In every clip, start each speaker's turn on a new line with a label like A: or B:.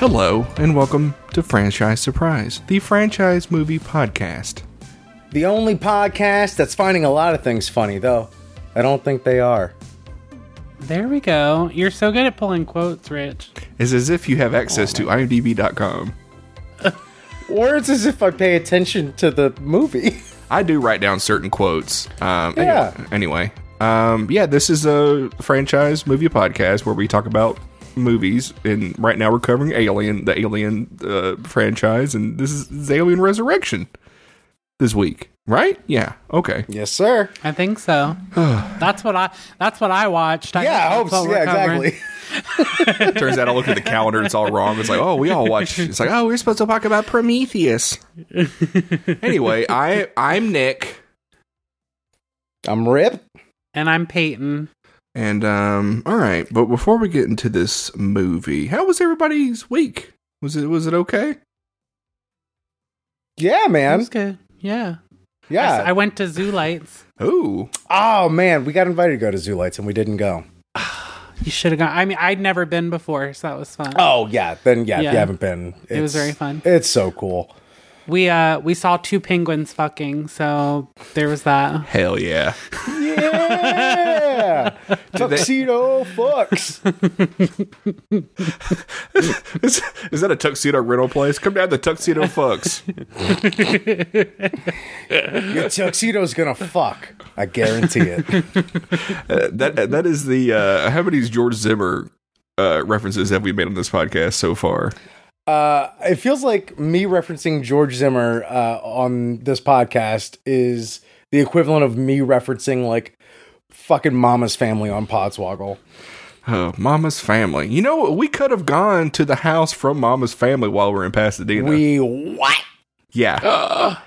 A: Hello, and welcome to Franchise Surprise, the franchise movie podcast.
B: The only podcast that's finding a lot of things funny, though. I don't think they are.
C: There we go. You're so good at pulling quotes, Rich.
A: It's as if you have access to imdb.com.
B: Or it's as if I pay attention to the movie.
A: I do write down certain quotes. Um,
B: Yeah.
A: Anyway, um, yeah, this is a franchise movie podcast where we talk about movies, and right now we're covering Alien, the Alien uh, franchise, and this is, this is Alien Resurrection this week, right? Yeah. Okay.
B: yes, sir.
C: I think so. that's what I. That's what I watched. I
B: Yeah, I hope
C: think that's
B: so.
C: what
B: Yeah,
C: we're covering.
B: exactly.
A: Turns out I looked at the calendar; it's all wrong. It's like, oh, we all watch. It's like, oh, we're supposed to talk about Prometheus. anyway, I I'm Nick,
B: I'm Rip.
C: And I'm Peyton.
A: and um, all right. But before we get into this movie, how was everybody's week? Was it was it okay?
B: Yeah,
C: It
B: man.
C: was good. Yeah. I s- I
B: Yeah.
C: went to Zoo Lights.
A: Ooh,
B: oh, man. We got invited to go to Zoo Lights and we didn't go.
C: You should have gone. I mean, I'd never been before, so that was fun.
B: Oh, yeah. Then, yeah, if
C: Yeah.
B: you haven't been, it's,
C: It was very fun.
B: It's so cool.
C: We uh we saw two penguins fucking, so there was that.
A: hell yeah!
B: Yeah. Tuxedo fucks.
A: is, is that a tuxedo rental place? Come down to Tuxedo Fucks.
B: Your tuxedo's going to fuck. I guarantee it.
A: Uh, that that is the uh, how many George Zimmer uh, references have we made on this podcast so far?
B: Uh, it feels like me referencing George Zimmer uh, on this podcast is the equivalent of me referencing like fucking Mama's Family on Podswoggle.
A: Oh, Mama's Family. You know, we could have gone to the house from Mama's Family while we're in Pasadena.
B: We what?
A: yeah.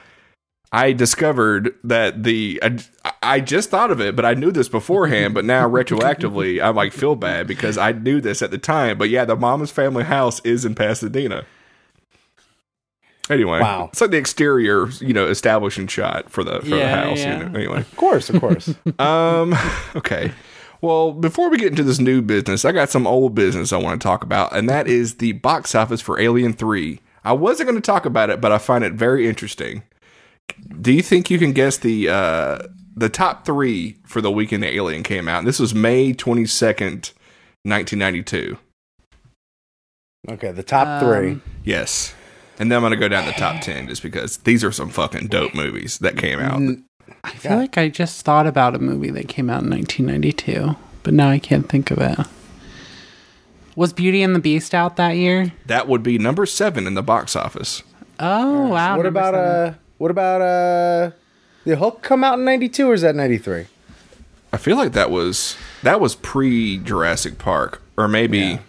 A: I discovered that the I, I just thought of it, but I knew this beforehand. but now retroactively, I like feel bad because I knew this at the time. But yeah, the Mama's Family house is in Pasadena. Anyway,
B: Wow.
A: It's like the exterior, you know, establishing shot for the for the
C: Yeah,
A: house.
C: yeah.
A: You know? Anyway,
B: Of course, of course.
A: um, okay. Well, before we get into this new business, I got some old business I want to talk about, and that is the box office for Alien 3. I wasn't going to talk about it, but I find it very interesting. Do you think you can guess the uh, the top three for the weekend that Alien came out? This was May 22nd, 1992.
B: okay, the top three.
C: Um,
A: Yes. And then I'm going to go down the top 10 just because these are some fucking dope movies that came out.
C: I feel like I just thought about a movie that came out in 1992, but now I can't think of it. Was Beauty and the Beast out that year?
A: That would be number seven in the box office.
C: Oh wow!
B: What
C: number
B: about
C: seven.
B: uh? What about uh? The Hulk come out in '92 or is that '93?
A: I feel like that was that was pre Jurassic Park, or maybe yeah.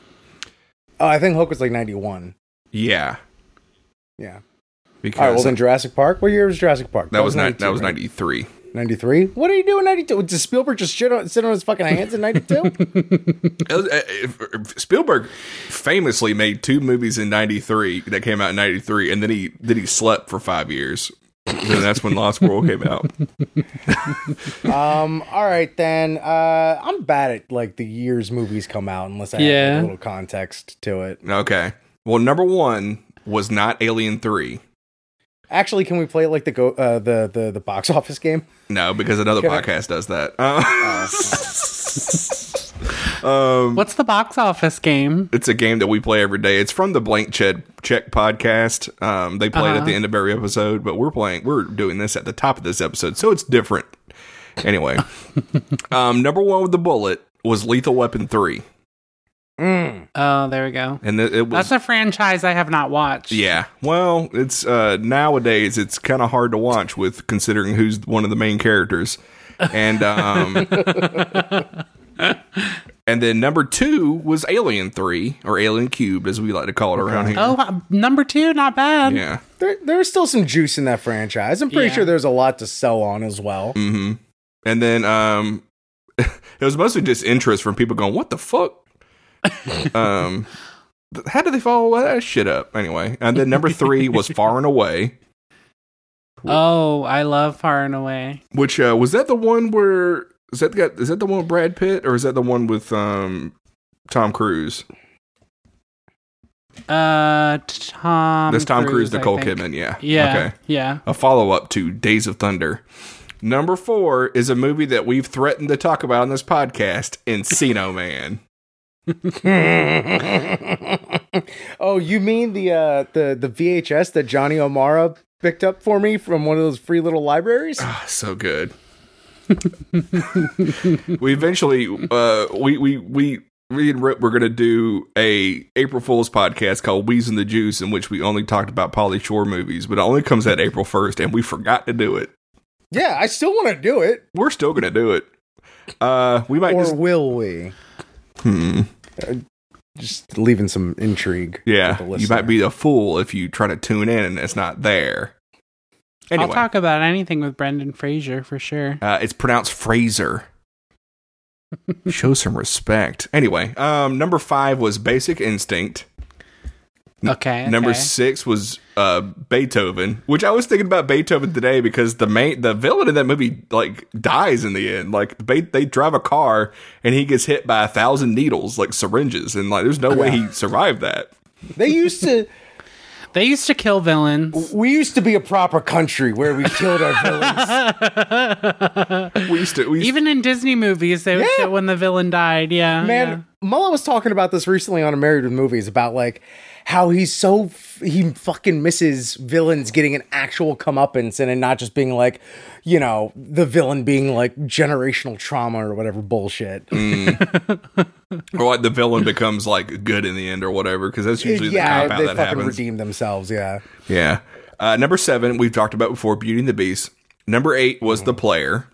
B: Oh, I think Hulk was like '91. Yeah.
A: because
B: All right. Well, then Jurassic Park. What year was Jurassic Park?
A: that was ni-
B: 92,
A: that was
B: right?
A: ninety three.
B: 93? What did he do in 92? Did Spielberg just shit on, sit on his fucking hands in 92?
A: eh, Spielberg famously made two movies in ninety three that came out in ninety three, and then he then he slept for five years. and that's when Lost World came out.
B: um, all right, then. Uh, I'm bad at like the years movies come out unless I have like,
C: Yeah.
B: a little context to it.
A: Okay. Well, number one was not Alien three.
B: Actually, can we play like the go uh, the, the the box office game?
A: No, because another
B: Can I-
A: podcast does that. Uh, um,
C: What's the box office game?
A: it's a game that we play every day. It's from the Blank Check Check podcast. Um, they play it
C: Uh-huh.
A: at the end of every episode, but we're playing. We're doing this at the top of this episode, so it's different. Anyway, um, number one with the bullet was Lethal Weapon three,
B: Mm.
C: Oh, there we go.
A: and it, it was
C: That's a franchise I have not watched.
A: yeah. Well, it's uh, nowadays it's kind of hard to watch with considering who's one of the main characters, and um, and then number two was Alien three or Alien Cubed as we like to call it around here.
C: Oh, uh, number two, not bad.
A: Yeah.
B: There, there's still some juice in that franchise. I'm pretty
C: Yeah.
B: sure there's a lot to sell on as well.
A: hmm And then um, it was mostly just interest from people going, "What the fuck?" um, th- how do they follow that shit up anyway? And then number three was Far and Away,
C: Oh, I love Far and Away.
A: which uh, was that the one where is that got is that the one with Brad Pitt or is that the one with um Tom Cruise?
C: Uh, Tom.
A: This Tom Cruise,
C: I
A: Nicole
C: think.
A: Kidman, yeah.
C: Yeah. Yeah.
A: A follow up to Days of Thunder. Number four is a movie that we've threatened to talk about on this podcast, Encino Man.
B: oh, you mean the uh, the the VHS that Johnny O'Mara picked up for me from one of those free little libraries?
A: Ah, so good. we eventually uh we we we me and Rip were gonna do a April Fool's podcast called Wheeze and the Juice in which we only talked about Polly Shore movies, but it only comes out April first and we forgot to do it.
B: yeah, I still want to do it.
A: We're still gonna do it. Uh we might
B: Or
A: just
B: will we?
A: hmm.
B: Just leaving some intrigue.
A: Yeah.
B: with the
A: You might
B: listener.
A: be a fool if you try to tune in and it's not there. Anyway,
C: I'll talk about anything with Brendan Fraser for sure.
A: uh, it's pronounced Fraser. Show some respect. Anyway, um, number five was Basic Instinct.
C: Okay.
A: Number
C: okay.
A: six was uh, Beethoven, which I was thinking about Beethoven today because the main the villain in that movie like dies in the end. Like they, they drive a car and he gets hit by a thousand needles, like syringes, and like there's no way he survived that.
B: They used to.
C: They used to kill
A: Oh,
C: villains.
B: We used to be a proper country where we killed our villains.
A: We used to we used
C: Even in Disney movies, they would
B: Yeah.
C: show when the villain died. Yeah.
B: Man, Mullah was talking about this recently on Married with Movies about like how he's so f- he fucking misses villains getting an actual comeuppance and it not just being like, you know, the villain being like generational trauma or whatever bullshit.
A: Mm, or like the villain becomes like good in the end or whatever because that's usually the
B: yeah,
A: cop out
B: they
A: that
B: fucking
A: happens.
B: redeem themselves. Yeah,
A: Yeah. Uh, number seven we've talked about before, Beauty and the Beast. Number eight was The Player.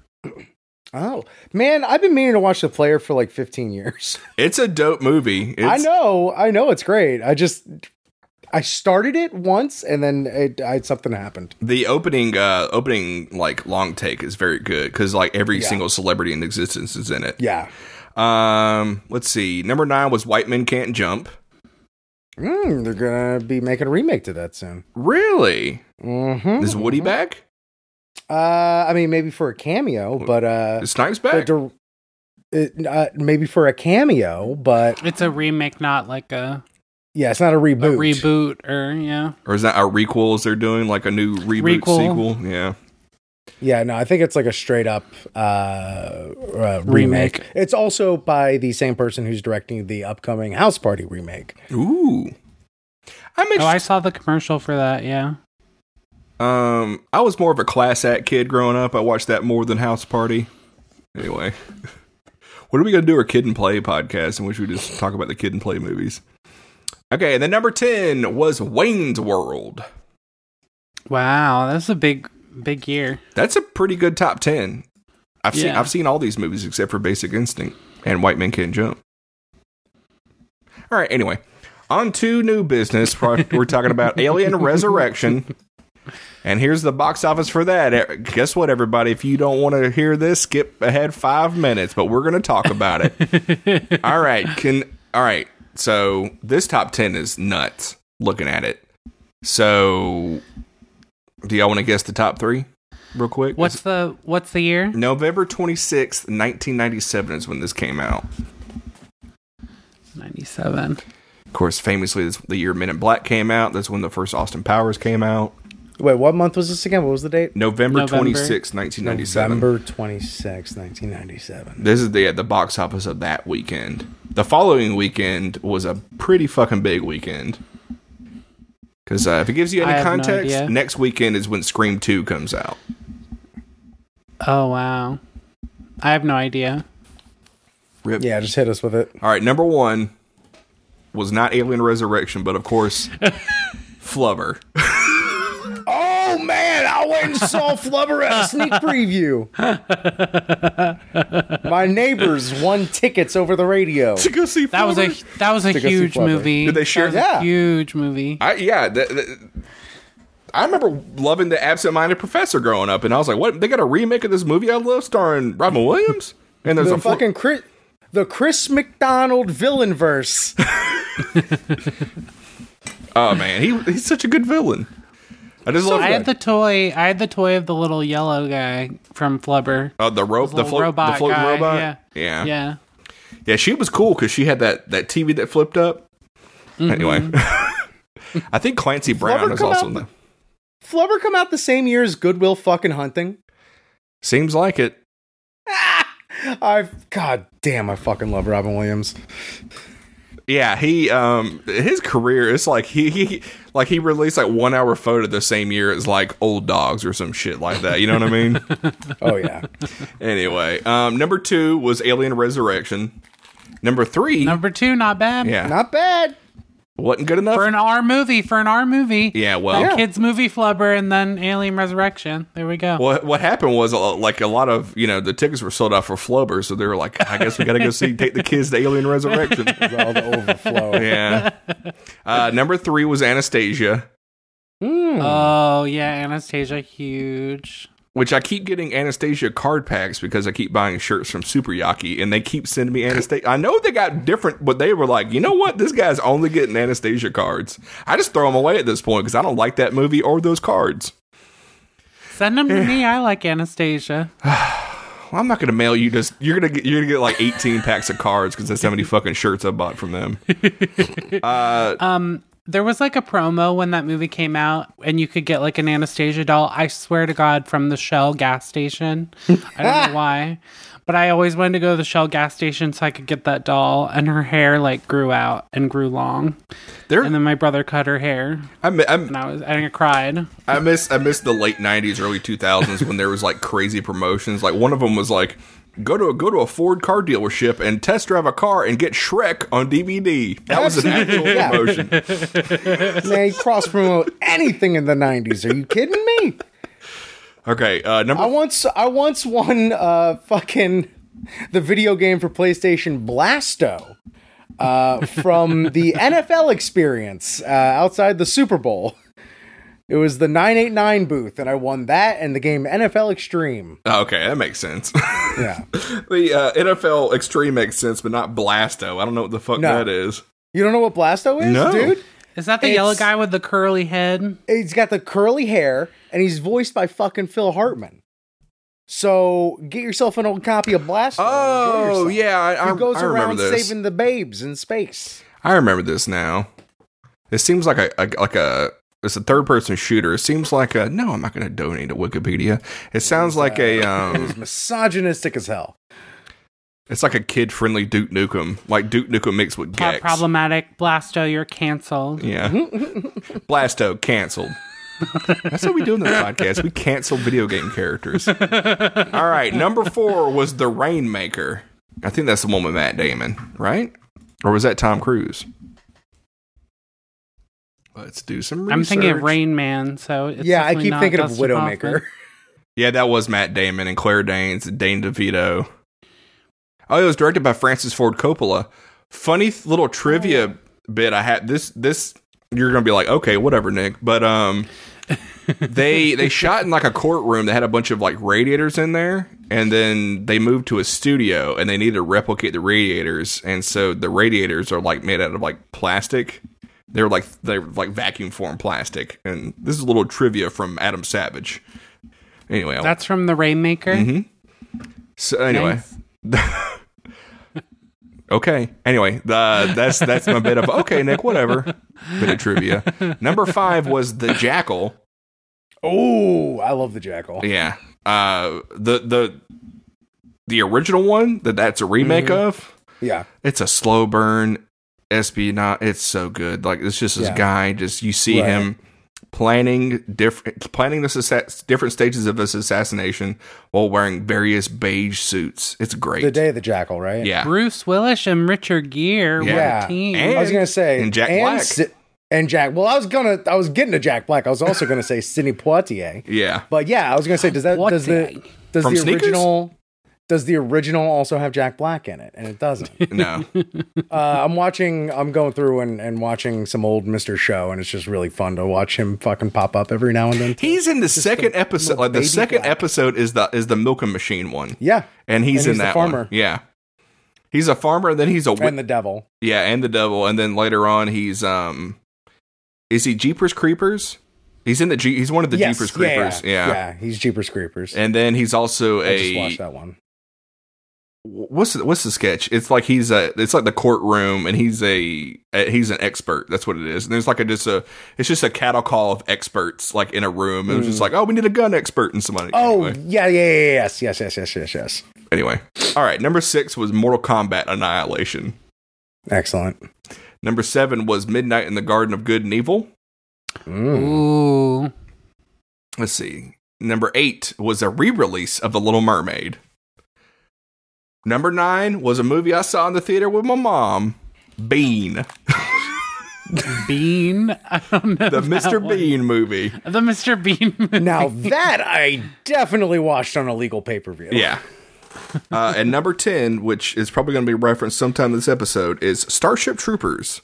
B: Oh man, I've been meaning to watch the player for like 15 years.
A: It's a dope movie. It's,
B: I know, I know, it's great. I just I started it once and then it, I something happened.
A: the opening uh opening like long take is very good because like every single celebrity in existence is in it
B: Yeah,
A: um let's see number nine was white men can't jump
B: Mm, they're gonna be making a remake to that soon.
A: really
B: Mm-hmm.
A: is woody back
B: Uh, I mean, maybe for a cameo, but uh,
A: is snipes
B: the
A: back
B: dir- it, uh, maybe for a cameo, but
C: It's a remake, not like a,
B: yeah, it's not a
C: a
B: reboot.
C: reboot or, yeah.
A: or is that a requel is they're doing like a new reboot
C: Requel.
A: sequel yeah
B: Yeah, no, I think it's like a straight up uh, uh, remake.
C: Remake.
B: It's also by the same person who's directing the upcoming House Party remake.
A: ooh i'm
C: Oh,
A: interested
C: I saw the commercial for that. Yeah.
A: um i was more of a class act kid growing up i watched that more than house party anyway what are we gonna do our kid and play podcast in which we just talk about the kid and play movies okay and then number 10 was wayne's world
C: Wow. That's a big, big year.
A: That's a pretty good top ten. I've seen
C: Yeah.
A: I've seen all these movies except for Basic Instinct and White Men Can't Jump. All right. Anyway, on to new business. We're we're talking about Alien Resurrection. And here's the box office for that. Eh, Guess what, everybody? If you don't want to hear this, skip ahead five minutes. But we're going to talk about it. all right. Can all right. So this top ten is nuts. Looking at it. So, do y'all want to guess the top three, real quick?
C: What's the, what's the year?
A: November 26th, 1997 is when this came out.
C: 97.
A: Of course, famously, this, the year Men in Black came out. That's when the first Austin Powers came out.
B: Wait, what month was this again? What was the date?
A: November,
C: November.
A: 26th, 1997.
B: November 26, 1997.
A: This is the at the box office of that weekend. The following weekend was a pretty fucking big weekend. Because uh, if it gives you
C: I
A: any
C: have no
A: context,
C: idea.
A: next weekend is when Scream 2 comes out.
C: Oh, wow. I have no idea.
A: Rip.
B: Yeah, just hit us with it.
A: All right, number one was not Alien Resurrection, but of course, Flubber.
B: Oh man, I went and saw Flubber at a sneak preview. My neighbors won tickets over the radio.
A: go see
C: That was a that was a
B: go see
C: huge
B: Flubber.
C: movie.
A: Did they share-
C: That
B: Yeah.
C: was a huge movie.
A: I yeah, th th I remember loving the absent-minded professor growing up, and I was like, "What? They got a remake of this movie I love starring Robin Williams?" And there's
B: The
A: a fl-
B: fucking Chris, the Chris McDonald villain verse.
A: oh man, he he's such a good villain. I just love
C: I had
A: that.
C: the toy. I had the toy of the little yellow guy from Flubber.
A: Oh, the rope, the,
C: little
A: float, the
C: robot
A: floating
C: guy,
A: robot.
C: yeah.
A: Yeah. yeah,
C: Yeah.
A: She was cool because she had that that TV that flipped up. Anyway, Mm-hmm. I think Clancy Brown
B: Flubber
A: is
B: come
A: also
B: out
A: in
B: the-
A: the.
B: Flubber come out the same year as Goodwill fucking hunting.
A: Seems like it.
B: I god damn, I fucking love Robin Williams.
A: Yeah, he um his career it's like he, he like he released like one hour photo the same year as like old dogs or some shit like that. You know what I mean?
B: Oh yeah.
A: anyway, um number two was Alien Resurrection. Number three
C: Number two, not bad.
A: Yeah.
B: Not bad.
A: wasn't good enough.
C: For an R movie, for an R movie.
A: yeah, well
B: Yeah.
C: Kids movie flubber and then Alien Resurrection. There we go.
A: What what happened was uh, like a lot of you know the tickets were sold out for Flubber, so they were like, I guess we got to go see take the kids to Alien Resurrection.
B: All the overflow.
A: yeah. Uh, number three was Anastasia,
B: Hmm.
C: Oh yeah, Anastasia, huge.
A: which I keep getting Anastasia card packs because I keep buying shirts from Super Yaki, and they keep sending me Anastasia. I know they got different, but they were like, you know what, this guy's only getting Anastasia cards. I just throw them away at this point because I don't like that movie or those cards.
C: Send them to me. I like Anastasia.
A: Well, I'm not gonna mail you just. You're gonna get. You're gonna get like 18 packs of cards because that's how many fucking shirts I bought from them.
C: Um, there was like a promo when that movie came out, and you could get like an Anastasia doll. I swear to God, from the Shell gas station. I don't know why, but I always wanted to go to the Shell gas station so I could get that doll. And her hair like grew out and grew long,
A: They're.
C: and then my brother cut her hair,
A: I'm, I'm,
C: and I was and I cried.
A: I miss I miss the late '90s, early 2000s when there was like crazy promotions. Like one of them was like, go to a, go to a Ford car dealership and test drive a car and get Shrek on DVD. That was an actual
B: Yeah.
A: promotion.
B: They cross promote anything in the nineties. Are you kidding me?
A: Okay, uh,
B: I
A: number
B: once I once won uh fucking the video game for PlayStation Blasto uh from the NFL experience uh outside the Super Bowl. It was the 989 booth and I won that and the game NFL Extreme.
A: oh, okay, that makes sense.
B: Yeah.
A: the uh, NFL Extreme makes sense, but not Blasto. I don't know what the fuck
B: No.
A: that is.
B: You don't know what Blasto is,
A: No.
B: dude?
C: Is that the yellow
B: It's-
C: guy with the curly head?
B: He's got the curly hair and he's voiced by fucking Phil Hartman. So get yourself an old copy of Blasto. and enjoy
A: Oh
B: yourself.
A: yeah, I, I,
B: He goes
A: I
B: around
A: remember this.
B: saving the babes in space.
A: I remember this now. It seems like a, a like a it's a third person shooter. It seems like a no. I'm not going to donate to Wikipedia. It sounds like a um.
B: He's misogynistic as hell.
A: It's like a kid friendly Duke Nukem, like Duke Nukem mixed with
C: Pro-
A: Gex.
C: problematic. Blasto, you're canceled.
A: Yeah, Blasto canceled. That's what we do in this podcast. We cancel video game characters. All right, number four was the Rainmaker. I think that's the one with Matt Damon, right? Or was that Tom Cruise? Let's do some. Research.
C: I'm thinking of Rain Man, so it's
B: yeah, I
C: definitely
B: keep
C: not
B: thinking of
C: Dustin
B: Widowmaker.
C: Hoffman.
A: Yeah, that was Matt Damon and Claire Danes and Dane DeVito. Oh, it was directed by Francis Ford Coppola. Funny th- little trivia bit I had this this you're gonna be like, okay, whatever, Nick. But um they they shot in like a courtroom. They had a bunch of like radiators in there, and then they moved to a studio and they needed to replicate the radiators, and so the radiators are like made out of like plastic. They're like they're like vacuum form plastic. And this is a little trivia from Adam Savage. Anyway, I'll-
C: That's from the Rainmaker.
B: Mm-hmm.
A: so anyway, okay. Anyway, the, that's that's my bit of okay, Nick. Whatever. Bit of trivia. Number five was the jackal.
B: Oh, I love the jackal.
A: Yeah. Uh, the the the original one that that's a remake
B: Mm-hmm.
A: of.
B: Yeah.
A: It's a slow burn espionage. It's so good. Like it's just this
B: Yeah.
A: guy. Just you see
B: Right.
A: him planning different planning this assa- different stages of this assassination while wearing various beige suits. It's great.
B: The day of the jackal, right?
A: yeah.
C: Bruce Willis and Richard Gere were
A: Yeah.
C: a team.
A: And-
B: I was gonna say
A: And Jack Black.
B: Si- and Jack. Well, I was gonna. I was getting to Jack Black. I was also gonna say Sidney Poitier.
A: Yeah.
B: But yeah, I was gonna say, does that
C: What
B: does the
C: the-
B: does
A: From
B: the
A: Sneakers?
B: original does the original also have Jack Black in it? And it doesn't.
A: No.
B: uh, I'm watching. I'm going through and, and watching some old Mister Show, and it's just really fun to watch him fucking pop up every now and then.
A: He's in the second episode. Like the
B: baby
A: second
B: black.
A: episode is the is the milking machine one,
B: Yeah,
A: and he's
B: And
A: in
B: he's the
A: that one.
B: farmer.
A: Yeah, he's a farmer. Then he's a wit-
B: and the devil.
A: yeah, and the devil. And then later on, he's um, is he Jeepers Creepers? He's in the Jeep. He's one of the
B: Yes,
A: Jeepers
B: yeah,
A: Creepers. Yeah,
B: yeah, he's Jeepers Creepers.
A: And then he's also
B: I just
A: a
B: watched that one.
A: what's the, what's the sketch? It's like he's a it's like the courtroom and he's a, a- he's an expert. That's what it is. And there's like a just a it's just a cattle call of experts like in a room. And It was
C: Hmm.
A: just like oh we need a gun expert and somebody.
B: Oh
A: anyway.
B: yeah, yeah, yeah, yeah, yes, yes, yes, yes, yes, yes.
A: anyway, all right. Number six was Mortal Kombat Annihilation.
B: Excellent.
A: Number seven was Midnight in the Garden of Good and Evil.
B: Mm.
C: Ooh.
A: Let's see. Number eight was a re release of The Little Mermaid. Number nine was a movie I saw in the theater with my mom Bean,
C: Bean. I don't know.
A: the
C: that
A: Mr.
C: one.
A: Bean movie.
C: The Mr. Bean movie.
B: Now that I definitely watched on a legal pay per view.
A: Yeah. Uh, and number 10, which is probably going to be referenced sometime this episode, is Starship Troopers.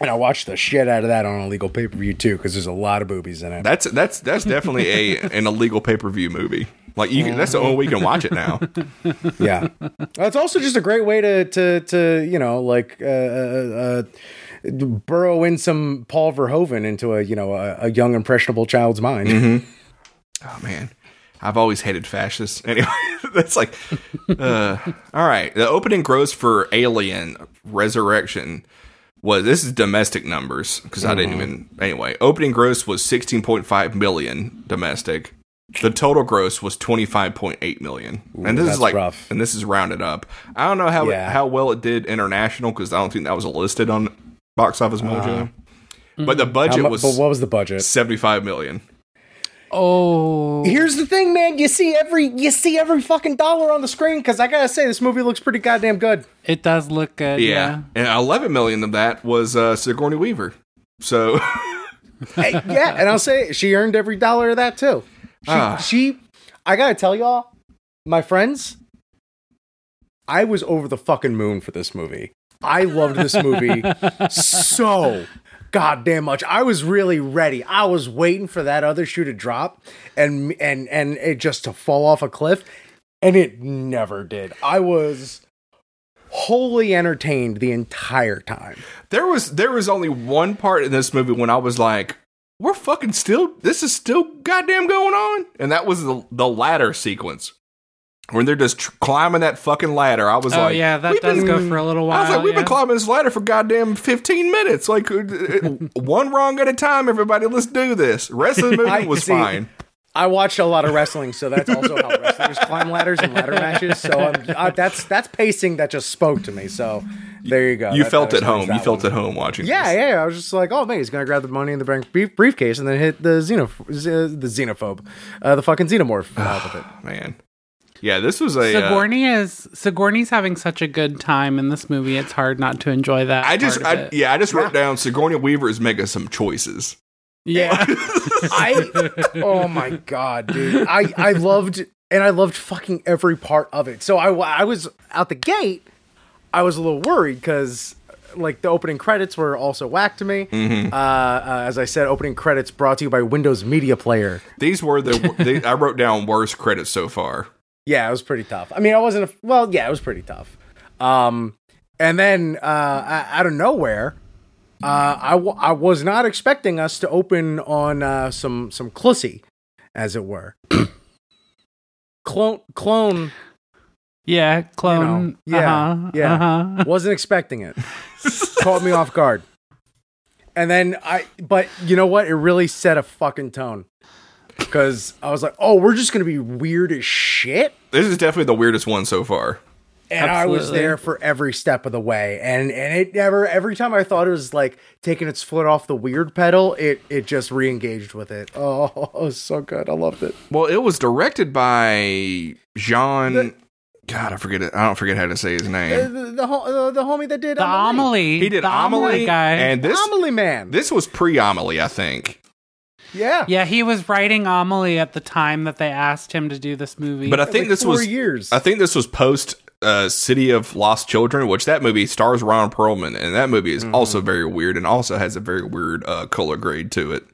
B: and I watched the shit out of that on a legal pay per view too, because there's a lot of boobies in it.
A: That's that's that's definitely a an illegal pay per view movie. Like you, can, that's the only way you can watch it now.
B: yeah, it's also just a great way to to to you know like uh, uh, uh, burrow in some Paul Verhoeven into a you know a, a young impressionable child's mind.
A: Mm-hmm. Oh man, I've always hated fascists. Anyway, that's like, uh, all right. The opening gross for Alien Resurrection was this is domestic numbers because I
B: Mm-hmm.
A: didn't even anyway. Opening gross was sixteen point five million domestic. The total gross was twenty five point eight million, and this is
B: that's
A: like,
B: rough.
A: and this is rounded up. I don't know how
B: Yeah.
A: it, how well it did international because I don't think that was listed on Box Office Mojo. But the
B: Uh-huh. Mm-hmm. How
A: budget
B: mu-
A: was
B: but what was the budget?
A: seventy five million.
C: Oh.
B: Here's the thing, man. You see every you see every fucking dollar on the screen because I gotta say this movie looks pretty goddamn good.
C: It does look good.
A: Yeah.
C: Yeah.
A: And 11 million of that was uh, Sigourney Weaver. So,
B: Hey, yeah, and I'll say it, she earned every dollar of that too. She,
A: Ah.
B: she, I gotta tell y'all, my friends, I was over the fucking moon for this movie. I loved this movie so goddamn much. I was really ready. I was waiting for that other shoe to drop and and and it just to fall off a cliff, and it never did. I was wholly entertained the entire time.
A: there was there was only one part in this movie when I was like, we're fucking still this is still goddamn going on. And that was the the ladder sequence. When they're just tr- climbing that fucking ladder, I was
C: Oh
A: like,
C: yeah, that
A: "We've
C: does
A: been-
C: go for a little while.
A: I was like, we've
C: yeah.
A: been climbing this ladder for goddamn 15 minutes. Like, uh, uh, one wrong at a time, everybody. Let's do this. Rest of the movie
B: I-
A: was
B: see,
A: fine.
B: I watched a lot of wrestling, so that's also how wrestlers climb ladders and ladder matches. So I'm, I, that's that's pacing that just spoke to me. So there you go.
A: You
B: That-
A: felt
B: that
A: at home.
B: explains
A: You
B: that
A: felt
B: one.
A: at home watching
B: Yeah,
A: this.
B: yeah, yeah. I was just like, oh man, he's gonna grab the money in the bank brief- briefcase and then hit the xenoph- z- uh, the xenophobe, uh, the fucking xenomorph out of it.
A: Man. Yeah, this was a. uh,
C: Sigourney is Sigourney's having such a good time in this movie. It's hard not to enjoy that.
A: I just,
C: part of
A: I,
C: it.
A: yeah, I just wrote down Sigourney Weaver is making some choices.
C: yeah.
B: I oh my god, dude. I I loved and I loved fucking every part of it. So I wa- I was out the gate. I was a little worried because like the opening credits were also whack to me. Uh, uh, as I said, opening credits brought to you by Windows Media Player.
A: These were the, they, I wrote down worst credits so far.
B: Yeah, it was pretty tough. I mean, I wasn't. A, well, yeah, it was pretty tough. Um, and then uh, I- out of nowhere, uh, I wa- I was not expecting us to open on uh, some some clussy, as it were. clone clone
C: yeah, clone.
B: You know, yeah,
C: uh-huh,
B: yeah.
C: Uh-huh.
B: wasn't expecting it. Caught me off guard. And then I, but you know what? It really set a fucking tone because I was like, oh, we're just gonna be weird as shit.
A: This is definitely the weirdest one so far.
B: and I was
C: Absolutely.
B: there for every step of the way. And and it never every time I thought it was like taking its foot off the weird pedal, it it just re-engaged with it. Oh, it was so good. I loved it.
A: Well, it was directed by Jean. God, I forget it. I don't forget how to say his
B: The
A: name.
B: the, the, ho- the, the homie that did
C: The Amelie.
A: He did
C: the
A: Amelie,
C: guy.
A: and this
B: Amelie man.
A: this was pre Amelie, I think.
B: yeah.
C: yeah, he was writing Amelie at the time that they asked him to do this movie.
A: But I
B: It was
A: think
B: like
A: this
B: four
A: was
B: years.
A: I think this was post uh, City of Lost Children, which that movie stars Ron Perlman, and that movie is
C: Hmm.
A: also very weird and also has a very weird uh, color grade to it.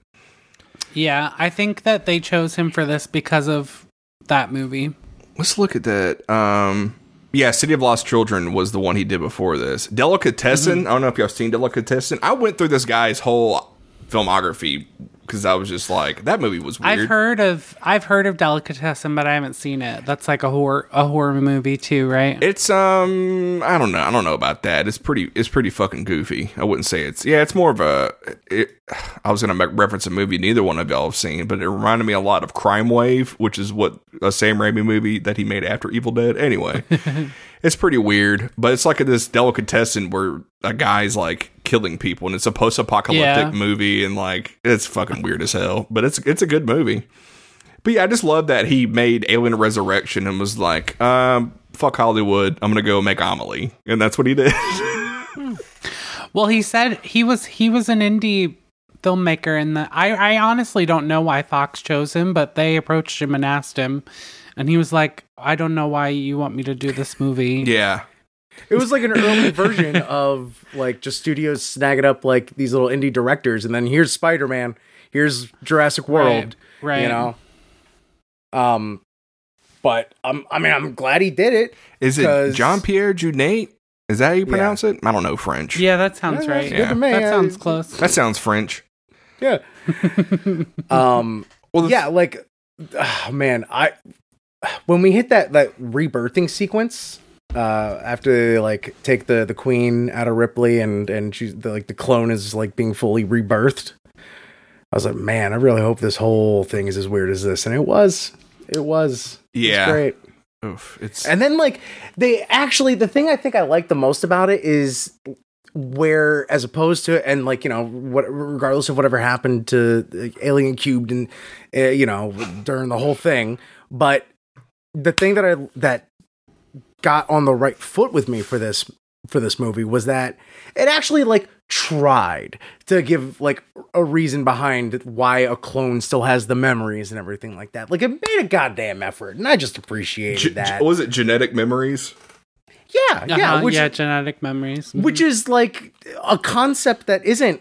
C: yeah, I think that they chose him for this because of that movie.
A: let's look at that. Um, yeah, City of Lost Children was the one he did before this.
C: Mm-hmm.
A: Delicatessen. I don't know if y'all seen Delicatessen. I went through this guy's whole filmography because I was just like, that movie was weird.
C: I've heard of I've heard of Delicatessen, but I haven't seen it. That's like a horror a horror movie too, right?
A: It's um, I don't know, I don't know about that. It's pretty, it's pretty fucking goofy. I wouldn't say it's yeah, it's more of a. It, I was gonna make reference a movie neither one of y'all have seen, but it reminded me a lot of Crime Wave, which is what a Sam Raimi movie that he made after Evil Dead. Anyway, it's pretty weird, but it's like this delicatessen where a guy's like killing people, and it's a post-apocalyptic
C: Yeah.
A: movie, and like it's fucking weird as hell, but it's it's a good movie. But yeah, I just love that he made Alien Resurrection and was like, um, fuck Hollywood, I'm gonna go make Amelie, and that's what he did.
C: Well, he said he was he was an indie filmmaker, and the I I honestly don't know why Fox chose him, but they approached him and asked him, and he was like, I don't know why you want me to do this movie.
A: yeah,
B: It was like an early version of like just studios snagging up like these little indie directors, and then here's Spider Man, here's Jurassic World,
C: Right,
B: You
C: right.
B: know, um, but I'm, I mean, I'm glad he did it.
A: is it
B: 'Cause-
A: Jean Pierre Junet? Is that how you pronounce it? I don't know French.
C: Yeah, that sounds
B: Yeah,
C: right.
B: that's good to me.
C: That
B: I-
C: sounds close.
A: that sounds French.
B: Yeah. um.
A: Well, the-
B: yeah, like, ah, man, I when we hit that that rebirthing sequence uh after they like take the the queen out of Ripley and and she's the, like the clone is like being fully rebirthed. I was like, man, I really hope this whole thing is as weird as this, and it was. It was. It was
A: Yeah.
B: great.
A: Oof, it's
B: And then like they actually the thing I think I like the most about it is where as opposed to and like you know what regardless of whatever happened to like, Alien Cubed and uh, you know during the whole thing, but the thing that I that got on the right foot with me for this for this movie was that it actually like tried to give like a reason behind why a clone still has the memories and everything like that. Like it made a goddamn effort, and I just appreciated
A: Ge-
B: that.
A: was it genetic memories?
B: Yeah, yeah,
C: Uh-huh,
B: which
C: yeah, genetic memories. Mhm.
B: which is like a concept that isn't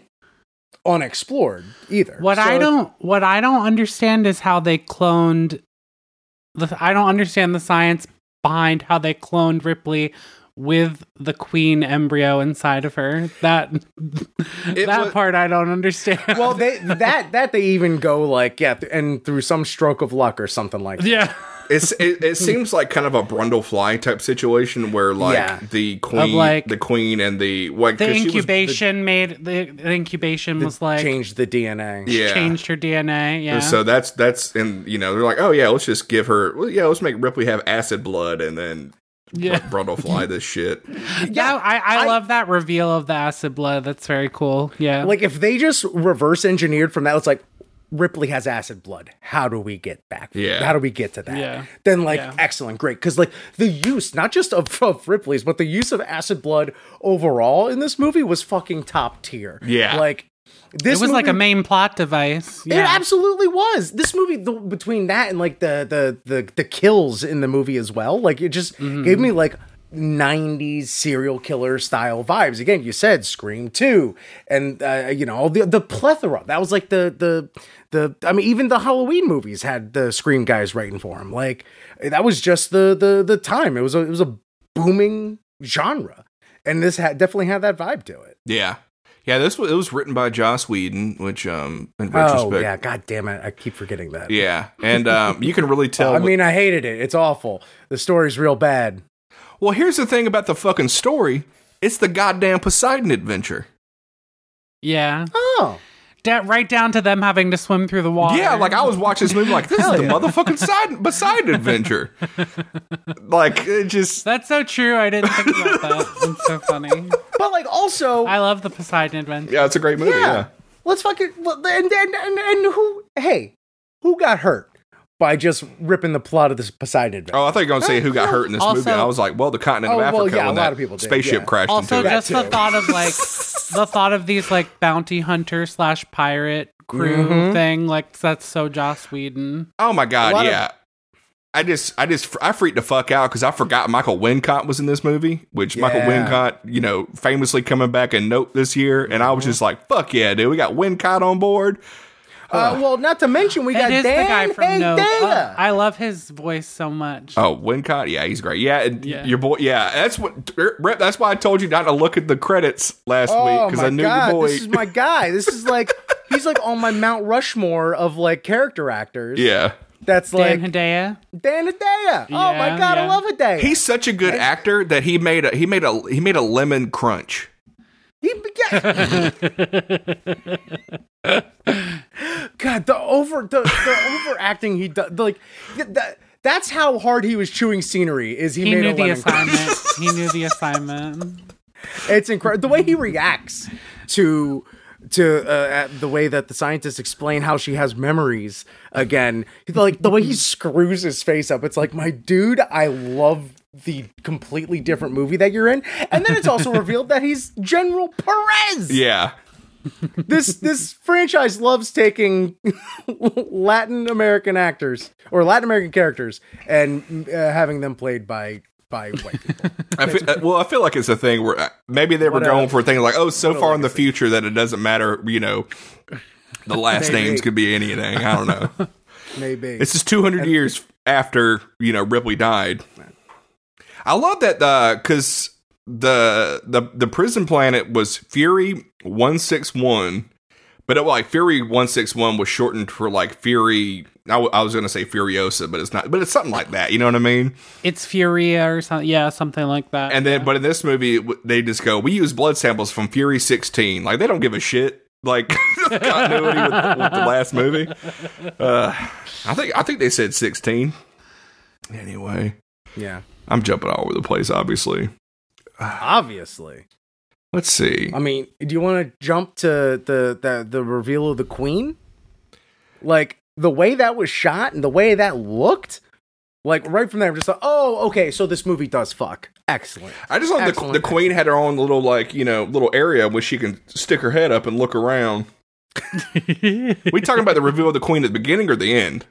B: unexplored either.
C: What
B: So
C: I
B: it-
C: don't what I don't understand is how they cloned the I don't understand the science behind how they cloned Ripley with the queen embryo inside of her. That that
A: wa-
C: part I don't understand.
B: well, they that that they even go like yeah, th- and through some stroke of luck or something like that.
C: yeah.
A: It's it, it seems like kind of a Brundlefly type situation where like
B: Yeah.
A: the queen,
C: like-
A: the queen, and the like
C: The
A: 'cause she was-
C: incubation made the, the incubation was like
B: Change the DNA.
A: yeah.
C: changed her DNA. Yeah.
A: And so that's that's and you know they're like oh yeah let's just give her well, yeah let's make Ripley have acid blood and then
C: Yeah.
A: Br- Brundlefly this shit
C: yeah, I, I,
B: I-
C: love that reveal of the acid blood. That's very cool. Yeah.
B: Like if they just reverse engineered from that, it's like Ripley has acid blood. How do we get back?
A: Yeah.
B: How do we get to that?
C: Yeah.
B: Then like
C: Yeah.
B: excellent, great. Because like the use, not just of, of Ripley's, but the use of acid blood overall in this movie was fucking top tier.
A: Yeah.
B: Like this
C: it was like
B: movie-
C: a main plot device. Yeah.
B: It absolutely was. This movie, the, between that and like the, the the the kills in the movie as well, like it just gave me like '90s serial killer style vibes. Again, you said Scream Two, and uh, you know all the the plethora. That was like the the the. I mean, even the Halloween movies had the Scream guys writing for him. Like that was just the the the time. It was a, it was a booming genre, and this had definitely had that vibe to it.
A: yeah yeah this was it was written by Joss Whedon which um in
B: Oh
A: retrospect
B: yeah, god damn it! I keep forgetting that.
A: yeah and um you can really tell
B: I mean, I hated it. It's awful. The story's real bad.
A: well here's the thing about the fucking story it's the goddamn Poseidon adventure
C: Yeah.
B: Oh,
C: Da- right down to them having to swim through the water.
A: Yeah, like I was watching this movie, like this is
B: Hell
A: the
B: yeah.
A: motherfucking side Poseidon adventure. like it just
C: That's so true. I didn't think about that. It's so funny.
B: but like also,
C: I love the Poseidon Adventure.
A: yeah, it's a great movie.
B: yeah.
A: Yeah,
B: Let's fucking and, and and and who? Hey, who got hurt by just ripping the plot of this Poseidon adventure?
A: oh, I thought you were gonna say who got hurt in this
C: Also-
A: movie. and I was like, well, the continent of
B: Oh,
A: Africa
B: well, yeah, a
A: when
B: lot
A: that
B: of people did,
A: spaceship
B: yeah.
A: crashed
C: Also,
A: into it.
C: just the
B: too.
C: thought of like the thought of these like bounty hunter slash pirate crew thing. Like that's so Joss Whedon.
A: Oh my
B: A
A: god,
B: lot of-
A: yeah. I just, I just, I freaked the fuck out because I forgot Michael Wincott was in this movie, which Michael
B: Yeah.
A: Wincott, you know, famously coming back in Nope this year, and I
B: Mm-hmm.
A: was just like, "Fuck yeah, dude, we got Wincott on board." Oh.
B: Uh, well, not to mention we got
C: It is
B: Dan
C: the guy from No.
B: Hedaya.
C: I love his voice so much.
A: Oh, Wincott, yeah, he's great. Yeah, and
C: Yeah.
A: your boy, yeah, that's what. Rip, that's why I told you not to look at the credits last week
B: Oh
A: because
B: my
A: I knew
B: god,
A: your boy.
B: this is my guy. This is like he's like on my Mount Rushmore of like character actors.
A: Yeah.
B: That's like
C: Dan Hedaya.
B: Dan Hedaya. Oh my
C: Yeah,
B: god, I
C: yeah.
B: love Hedaya.
A: He's such a good actor that he made a he made a he made a lemon crunch.
B: He, yeah. God, the over the, the overacting he does, like th- that, that's how hard he was chewing scenery. Is he,
C: He
B: made
C: knew
B: a
C: the
B: lemon crunch.
C: assignment. he knew the assignment.
B: It's incredible the way he reacts to to uh, at the way that the scientists explain how she has memories again. Like the way he screws his face up. It's like, my dude, I love the completely different movie that you're in. And then it's also revealed that he's General Perez.
A: Yeah.
B: this this franchise loves taking Latin American actors or Latin American characters and uh, having them played by by white people.
A: I feel, uh, well, I feel like it's a thing where uh, maybe they were
B: What a-
A: going for a thing like, oh, so far in the future that it doesn't matter, you know, the last
B: Maybe.
A: names could be anything. I don't know.
B: Maybe
A: It's just 200 years after, you know, Ripley died. I love that because the, the the prison planet was Fury 161, but it, like Fury 161 was shortened for like Fury. I, w- I was going to say Furiosa, but it's not, but it's something like that. You know what I mean?
C: It's Furia or something. Yeah, something like that.
A: And then, but in this movie, w- they just go, we use blood samples from Fury 16. Like, they don't give a shit. Like, continuity with, with the last movie. Uh, I think, I think they said 16. Anyway,
B: yeah.
A: I'm jumping all over the place, obviously.
B: Obviously,
A: Let's see.
B: I mean, do you want to jump to the the the reveal of the queen? Like the way that was shot and the way that looked. Like right from there, I'm just like, oh, okay, so this movie does fuck. Excellent.
A: I just love the,
B: Excellent,
A: the queen had her own little, like, you know, little area where she can stick her head up and look around. we talking about the reveal of the queen at the beginning or the end?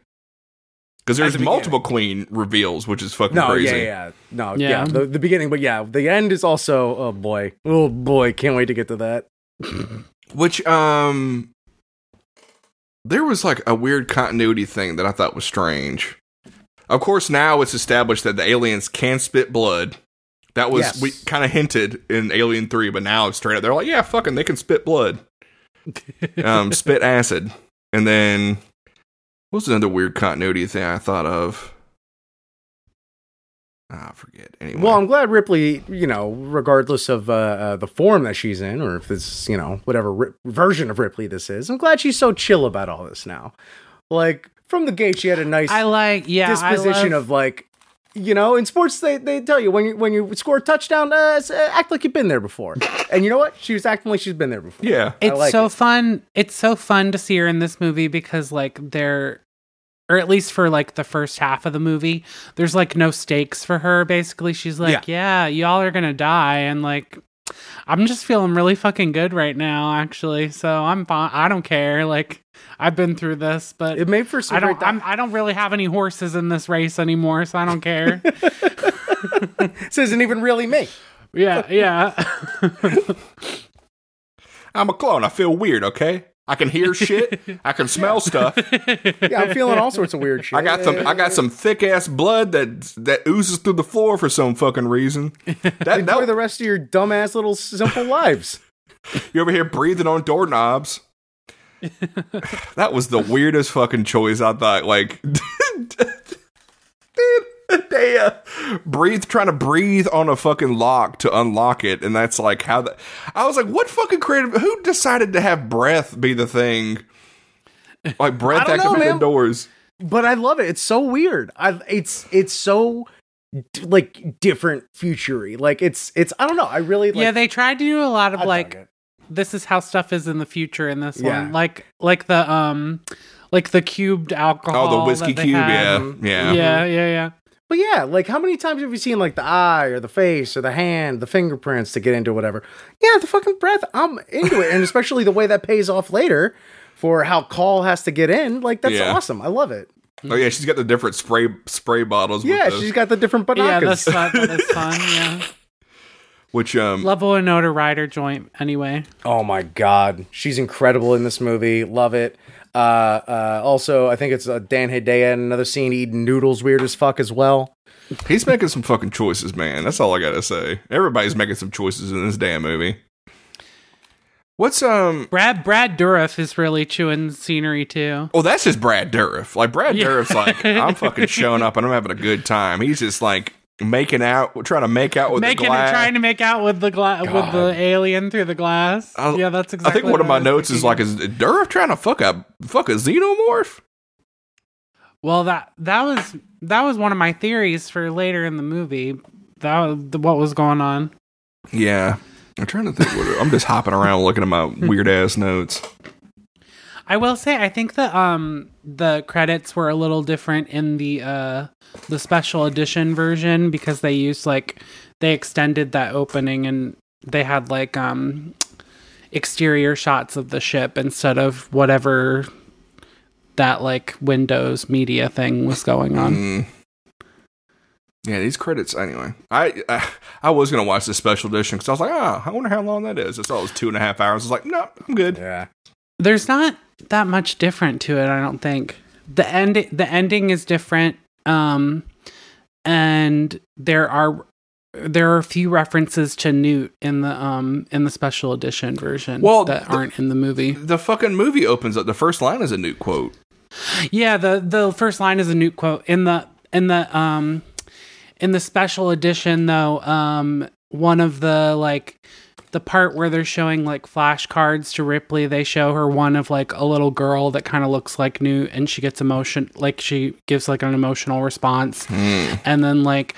A: Because there's
B: the beginning.
A: multiple queen reveals, which is fucking
B: No,
A: crazy.
B: yeah, yeah, no, yeah,
C: Yeah.
B: the, the beginning, but yeah, the end is also, oh boy, oh boy, can't wait to get to that.
A: Which um there was like a weird continuity thing that I thought was strange. Of course now it's established that the aliens can spit blood. That was
B: Yes.
A: we kind of hinted in Alien 3, but now it's straight up they're like, yeah, fucking they can spit blood. um spit acid. And then what was another weird continuity thing I thought of? Ah, I forget. Anyway.
B: Well, I'm glad Ripley, you know, regardless of uh, uh, the form that she's in, or if it's, you know, whatever ri- version of Ripley this is, I'm glad she's so chill about all this now. Like, from the gate, she had a nice
C: I like yeah
B: disposition
C: I love,
B: of, like, you know, in sports, they, they tell you when you when you score a touchdown, uh, s- uh, act like you've been there before. and you know what? She was acting like she's been there before.
A: yeah.
C: It's
B: like
C: so
B: it.
C: fun. It's so fun to see her in this movie because like they're or at least for like the first half of the movie, there's like no stakes for her. Basically, she's like, yeah, y'all are gonna die, and like, I'm just feeling really fucking good right now, actually. So I'm fine. I don't care. Like, I've been through this, but
B: It made for some
C: I don't.
B: great
C: I'm, I don't really have any horses in this race anymore, so I don't care.
B: This isn't even really me.
C: yeah, yeah.
A: I'm a clone. I feel weird, okay? I can hear shit. I can smell stuff.
B: Yeah, I'm feeling all sorts of weird shit.
A: I got some. I got some thick ass blood that that oozes through the floor for some fucking reason. That,
B: Enjoy
A: that
B: the rest of your dumbass little simple lives.
A: you're over here breathing on doorknobs. that was the weirdest fucking choice. I thought, like, damn, breathe, trying to breathe on a fucking lock to unlock it, and that's like how the. I was like, what fucking creative? Who decided to have breath be the thing? Like breath
B: I don't know,
A: activated
B: man.
A: doors.
B: but I love it. It's so weird. I it's it's so d- like different futury. Like it's it's I don't know. I really like,
C: yeah, they tried to do a lot of
B: I
C: like
B: dug it.
C: this is how stuff is in the future in this
B: Yeah.
C: one. Like like the um like the cubed
A: Oh,
C: alcohol.
A: the whiskey
C: that they
A: cube.
C: had.
A: Yeah, yeah,
C: Yeah, yeah, yeah.
B: But yeah, like how many times have you seen like the eye or the face or the hand, the fingerprints to get into whatever? Yeah, the fucking breath. I'm into it, and especially the way that pays off later for how Call has to get in. Like that's
A: Yeah.
B: awesome. I love it.
A: Oh yeah, she's got the different spray spray bottles.
B: Yeah,
A: with the-
B: she's got the different
C: Yeah,
B: binoculars.
C: that's fun. That's fun. Yeah.
A: which um
C: Level and Noda Rider joint anyway.
B: Oh my god, she's incredible in this movie. Love it. Uh, uh, also, I think it's uh, Dan Hedaya in another scene eating noodles, weird as fuck as well.
A: he's making some fucking choices, man. That's all I gotta say. Everybody's making some choices in this damn movie. What's um?
C: Brad Brad Dourif is really chewing scenery too.
A: Well, oh, that's just Brad Dourif. Like Brad Dourif's like, I'm fucking showing up and I'm having a good time. He's just like making out, trying to make out with
C: Making
A: Oh, the glass.
C: trying to make out with the glass with the alien through the glass.
A: I-
C: yeah, that's
A: I
C: exactly.
A: think one of
C: what
A: my
C: was
A: notes is
C: thinking.
A: like, is Dourif trying to fuck a fuck a xenomorph?
C: Well, that that was that was one of my theories for later in the movie. That was the- what was going on.
A: Yeah. I'm trying to think. What, I'm just hopping around looking at my weird ass notes.
C: I will say, I think the um the credits were a little different in the uh the special edition version because they used like they extended that opening and they had like um exterior shots of the ship instead of whatever that like Windows media thing was going on.
A: Mm. Yeah, these credits. Anyway, I I, I was gonna watch the special edition because I was like, ah, I wonder how long that is. I saw it was two and a half hours. I was like, no, I'm good.
B: Yeah.
C: there's not that much different to it i don't think the end the ending is different um and there are there are a few references to newt in the um in the special edition version
A: Well,
C: that
A: the-
C: aren't in the movie
A: The fucking movie opens up. The first line is a new quote.
C: yeah the the first line is a newt quote in the in the um in the special edition though um one of the like the part where they're showing like flashcards to Ripley, they show her one of like a little girl that kind of looks like Newt, and she gets emotion, like she gives like an emotional response, and then like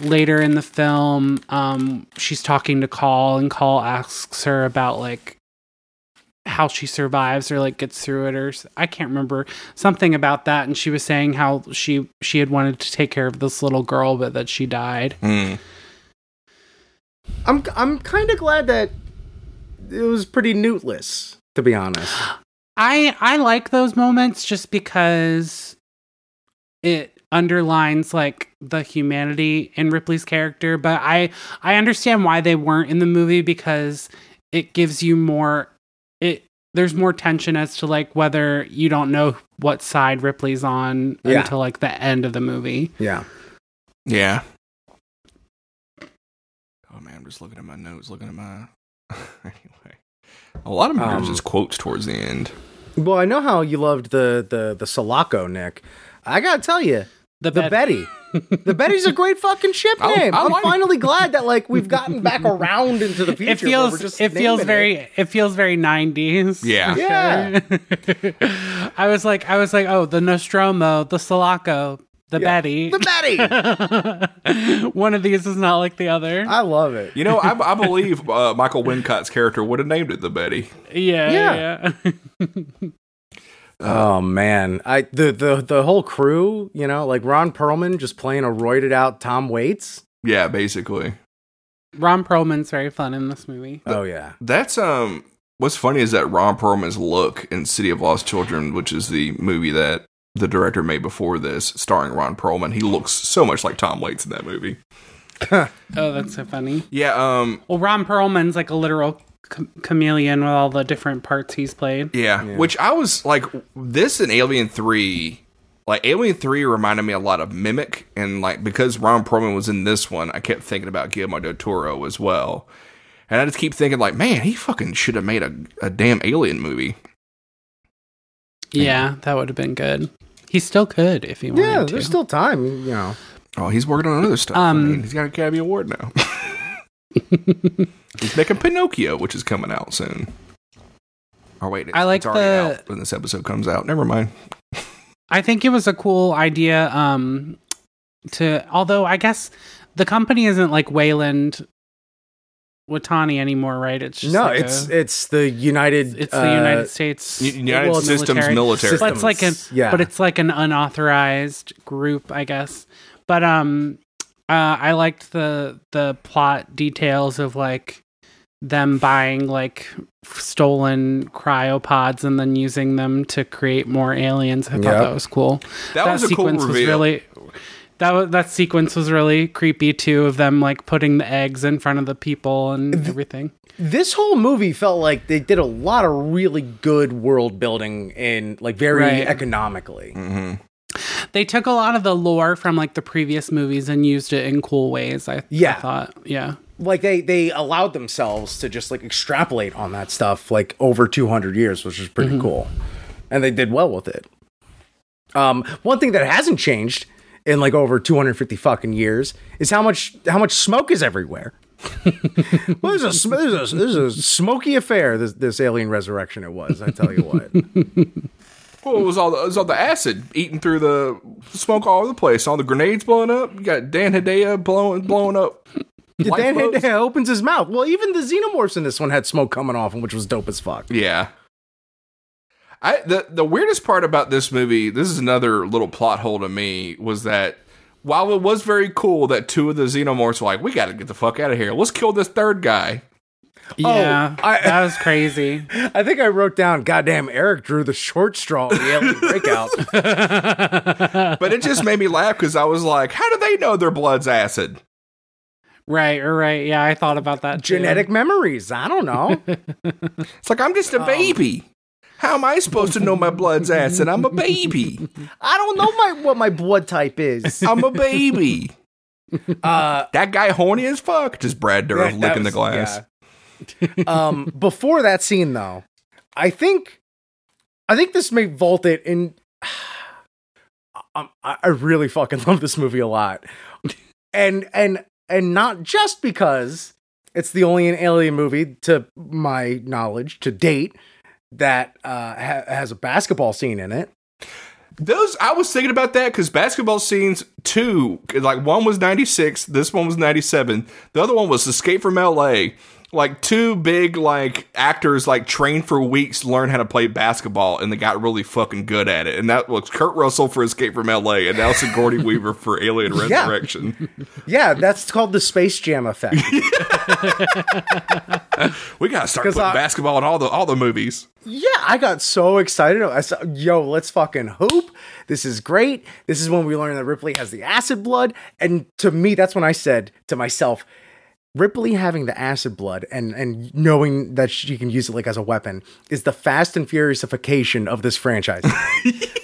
C: later in the film, um, she's talking to Call, and Call asks her about like how she survives or like gets through it, or s- I can't remember something about that, and she was saying how she she had wanted to take care of this little girl, but that she died.
A: Hmm.
B: I'm I'm kind of glad that it was pretty newtless, to be honest.
C: I I like those moments just because it underlines like the humanity in Ripley's character, but I I understand why they weren't in the movie because it gives you more it there's more tension as to like whether you don't know what side Ripley's on
B: Yeah.
C: until like the end of the movie.
B: Yeah.
A: Yeah. Oh man, I'm just looking at my notes, looking at my. anyway, a lot of mine are
B: Um,
A: just quotes towards the end.
B: Well, I know how you loved the the the Sulaco, Nick. I gotta tell you,
C: The,
B: the
C: bed-
B: Betty. The Betty's a great fucking ship
A: I-
B: name.
A: I
B: I, am
A: like-
B: finally glad that like we've gotten back around into the future.
C: It
B: where we're
C: feels
B: just
C: it feels
B: naming
C: very it. feels very 90s.
A: Yeah.
B: Yeah.
C: I was like, I was like, oh, the Nostromo, the Sulaco, the Betty.
B: the Betty.
C: One of these is not like the other.
B: I love it.
A: You know, I, I believe uh, Michael Wincott's character would have named it the Betty.
C: yeah,
B: Yeah.
C: yeah.
B: Oh man, I the the the whole crew, you know, like Ron Perlman just playing a roided out Tom Waits.
A: Yeah, basically.
C: Ron Perlman's very fun in this movie.
B: Oh yeah,
A: That's um. What's funny is that Ron Perlman's look in City of Lost Children, which is the movie that the director made before this, starring Ron Perlman. He looks so much like Tom Waits in that movie.
C: Oh, that's so funny.
A: Yeah. Um.
C: Well, Ron Perlman's like a literal ch- chameleon with all the different parts he's played.
A: Yeah, which I was like, this and Alien Three, like Alien Three reminded me a lot of Mimic, and like because Ron Perlman was in this one, I kept thinking about Guillermo del Toro as well, and I just keep thinking like, man, he fucking should have made a, a damn Alien movie.
C: Yeah, that would have been good. He still could if he wanted
B: yeah.
C: to.
B: There's still time, you know.
A: Oh, he's working on other stuff. I
C: Um,
A: mean, he's got an Academy Award now. he's making Pinocchio, which is coming out soon. Oh wait, it's,
C: I like
A: it's already
C: the-
A: out when this episode comes out. Never mind.
C: I think it was a cool idea um to although I guess the company isn't like Wayland Watani anymore, right? It's just
B: No,
C: like
B: it's
C: a-
B: it's the United.
C: uh, it's
B: uh,
C: the United States
A: United
B: well, it's
A: Systems
C: military.
A: military.
C: But it's like an
B: Systems, yeah.
C: but it's like an unauthorized group, I guess. But um uh I liked the the plot details of like them buying like stolen cryopods and then using them to create more aliens. I thought
B: Yep.
C: that was cool.
A: That was a cool reveal.
C: was really that wa- that sequence was really creepy too of them like putting the eggs in front of the people and everything.
B: This whole movie felt like they did a lot of really good world building in like very
C: Right.
B: economically.
A: Mm-hmm.
C: They took a lot of the lore from like the previous movies and used it in cool ways. I, I
B: Yeah.
C: thought, yeah,
B: like they they allowed themselves to just like extrapolate on that stuff like over 200 years which is pretty cool and they did well with it um one thing that hasn't changed in like over 250 fucking years is how much how much smoke is everywhere well, this is a sm- this is a, this is a smoky affair this this alien resurrection it was i tell you what
A: Well, it was all the, it was all the acid eating through the smoke all over the place. All the grenades blowing up. You got Dan Hedaya blowing blowing up.
B: Dan
A: lifeboats.
B: Hedaya opens his mouth. Well, even the xenomorphs in this one had smoke coming off, 'em, which was dope as fuck.
A: Yeah. I the the weirdest part about this movie, this is another little plot hole to me, was that while it was very cool that two of the xenomorphs were like, we got to get the fuck out of here. Let's kill this third guy.
C: Yeah,
B: Oh, I-
C: that was crazy.
B: I think I wrote down, goddamn, Eric drew the short straw in the alien breakout.
A: But it just made me laugh because I was like, how do they know their blood's acid?
C: Right, or right. Yeah, I thought about that. too.
B: Genetic memories. I don't know.
A: It's like I'm
B: Um,
A: just a baby. How am I supposed to know my blood's acid? I'm a baby.
B: I don't know my what my blood type is.
A: I'm a baby.
B: Uh,
A: That guy horny as fuck. Just Brad Dourif
B: that-
A: licking
B: that
A: the
B: was-
A: glass.
B: yeah. um, before that scene, though, I think, I think this may vault it in. I, I I really fucking love this movie a lot, and and and not just because it's the only an alien movie to my knowledge to date that uh, ha- has a basketball scene in it.
A: Those I was thinking about that because basketball scenes two, like one was ninety six, this one was ninety seven, the other one was Escape from L.A. Like two big like actors like trained for weeks to learn how to play basketball and they got really fucking good at it. And that was Kurt Russell for Escape from L.A. and now Sigourney Weaver for Alien
B: Yeah.
A: Resurrection.
B: Yeah, that's called the Space Jam effect.
A: We gotta start
B: 'Cause
A: putting
B: uh, I-
A: basketball in all the all the movies.
B: Yeah, I got so excited. I said, yo, let's fucking hoop. This is great. This is when we learn that Ripley has the acid blood. And to me, that's when I said to myself, Ripley having the acid blood and, and knowing that she can use it like as a weapon is the fast and furiousification of this franchise.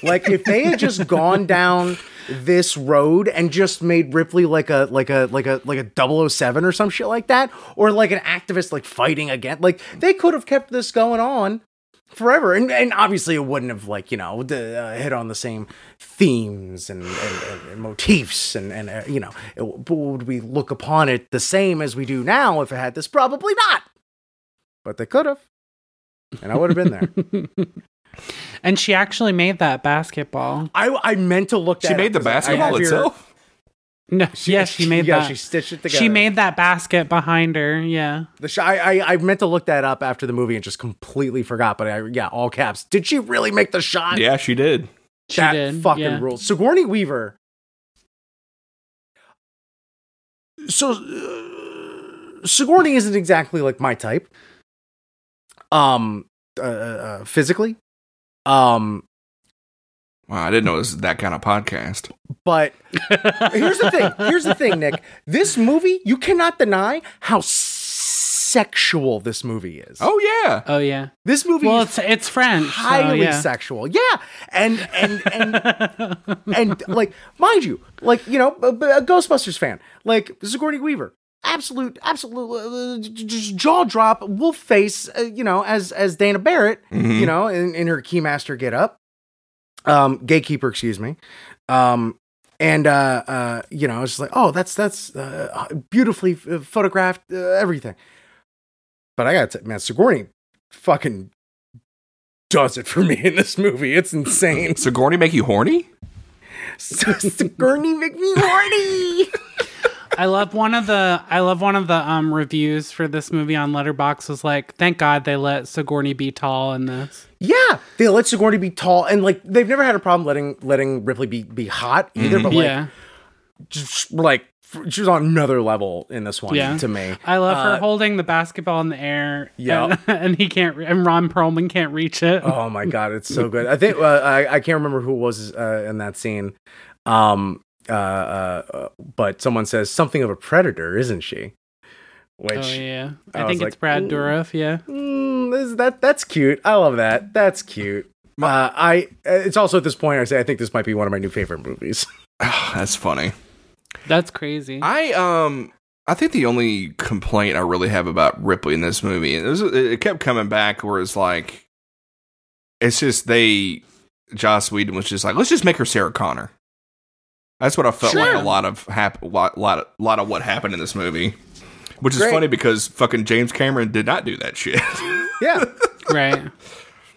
B: like if they had just gone down this road and just made Ripley like a like a like a like a 007 or some shit like that, or like an activist like fighting again, like they could have kept this going on forever and, and obviously it wouldn't have like you know the, uh, hit on the same themes and, and, and, and motifs and, and uh, you know it, but would we look upon it the same as we do now if it had this probably not but they could have and i would have been there
C: And she actually made that basketball.
B: i i meant to look
A: She made the basketball itself.
C: No, yes, she made
B: yeah
C: that.
B: she stitched it together
C: she made that basket behind her. Yeah.
B: the sh- I, I i meant to look that up after the movie and just completely forgot but i yeah all caps did she really make the shot
A: Yeah, she did.
C: She
B: that
C: did.
B: fucking
C: yeah.
B: rules. Sigourney Weaver. So uh, Sigourney isn't exactly like my type. Um, uh, uh, uh, physically, um,
A: Wow, I didn't know it was that kind of podcast.
B: but here's the thing. Here's the thing, Nick. This movie, you cannot deny how sexual this movie is.
A: Oh yeah.
C: Oh yeah.
B: this movie
C: Well,
B: is
C: it's it's French. so,
B: highly
C: yeah.
B: sexual. Yeah, and and and and like mind you like you know a, a ghostbusters fan like sigourney weaver absolute absolute uh, j- just jaw drop wolf face uh, you know as as dana barrett
A: Mm-hmm.
B: you know in, in her keymaster get up um gatekeeper excuse me um and uh uh you know it's just like oh that's that's uh, beautifully uh, photographed uh, everything but i got man sigourney fucking does it for me in this movie it's insane
A: Sigourney make you horny?
B: so Sigourney make me horny.
C: I love one of the I love one of the um reviews for this movie on Letterbox was like, thank God they let Sigourney be tall in this.
B: yeah, they let Sigourney be tall, and like they've never had a problem letting letting Ripley be be hot either. But like,
C: Mm-hmm. yeah,
B: just, like f- she was on another level in this one
C: Yeah.
B: to me.
C: I love
B: Uh,
C: her holding the basketball in the air.
B: Yeah.
C: and, and he can't. Re- and Ron Perlman can't reach it.
B: oh my god, it's so good. I think uh, I I can't remember who it was uh, in that scene. Um, uh, uh, uh, but someone says something of a predator, isn't she? Which
C: Oh, yeah,
B: I
C: I,
B: was
C: think it's
B: like,
C: Brad
B: "Ooh."
C: Dourif. Yeah,
B: Mm, this, that that's cute. I love that. That's cute. Uh, I it's also at this point I say I think this might be one of my new favorite movies.
A: That's funny.
C: that's crazy.
A: I um I think the only complaint I really have about Ripley in this movie, and it, was, it kept coming back, where it's like, it's just they, Joss Whedon was just like, let's just make her Sarah Connor. That's what I felt
C: Sure.
A: like a lot of hap- lot lot of, lot of what happened in this movie, which is
B: Great.
A: funny because fucking James Cameron did not do that shit.
B: Yeah.
C: Right.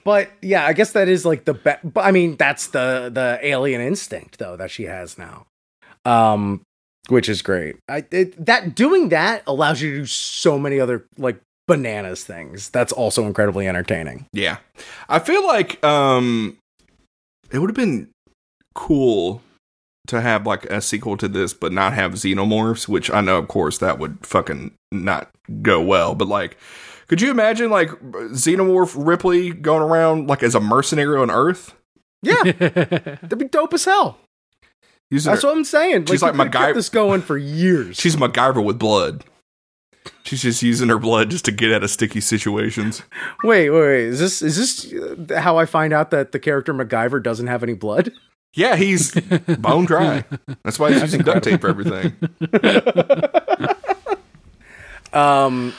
B: But yeah, I guess that is like the best. But I mean, that's the the alien instinct though that she has now, um, which is great. I it, that doing that allows you to do so many other like bananas things. That's also incredibly entertaining.
A: yeah, I feel like um, it would have been cool to have like a sequel to this, but not have xenomorphs. Which I know, of course, that would fucking not go well. But like, could you imagine like xenomorph Ripley going around like as a mercenary on Earth?
B: Yeah, that'd be dope as hell.
A: Using
B: That's
A: her-
B: what I'm saying.
A: She's
B: you
A: like
B: could've kept
A: MacGyver-
B: This going for years.
A: She's MacGyver with blood. She's just using her blood just to get out of sticky situations.
B: wait, wait, wait. Is this is this uh, how I find out that the character MacGyver doesn't have any blood?
A: Yeah, he's bone dry. That's why he's using duct tape for everything.
B: Um,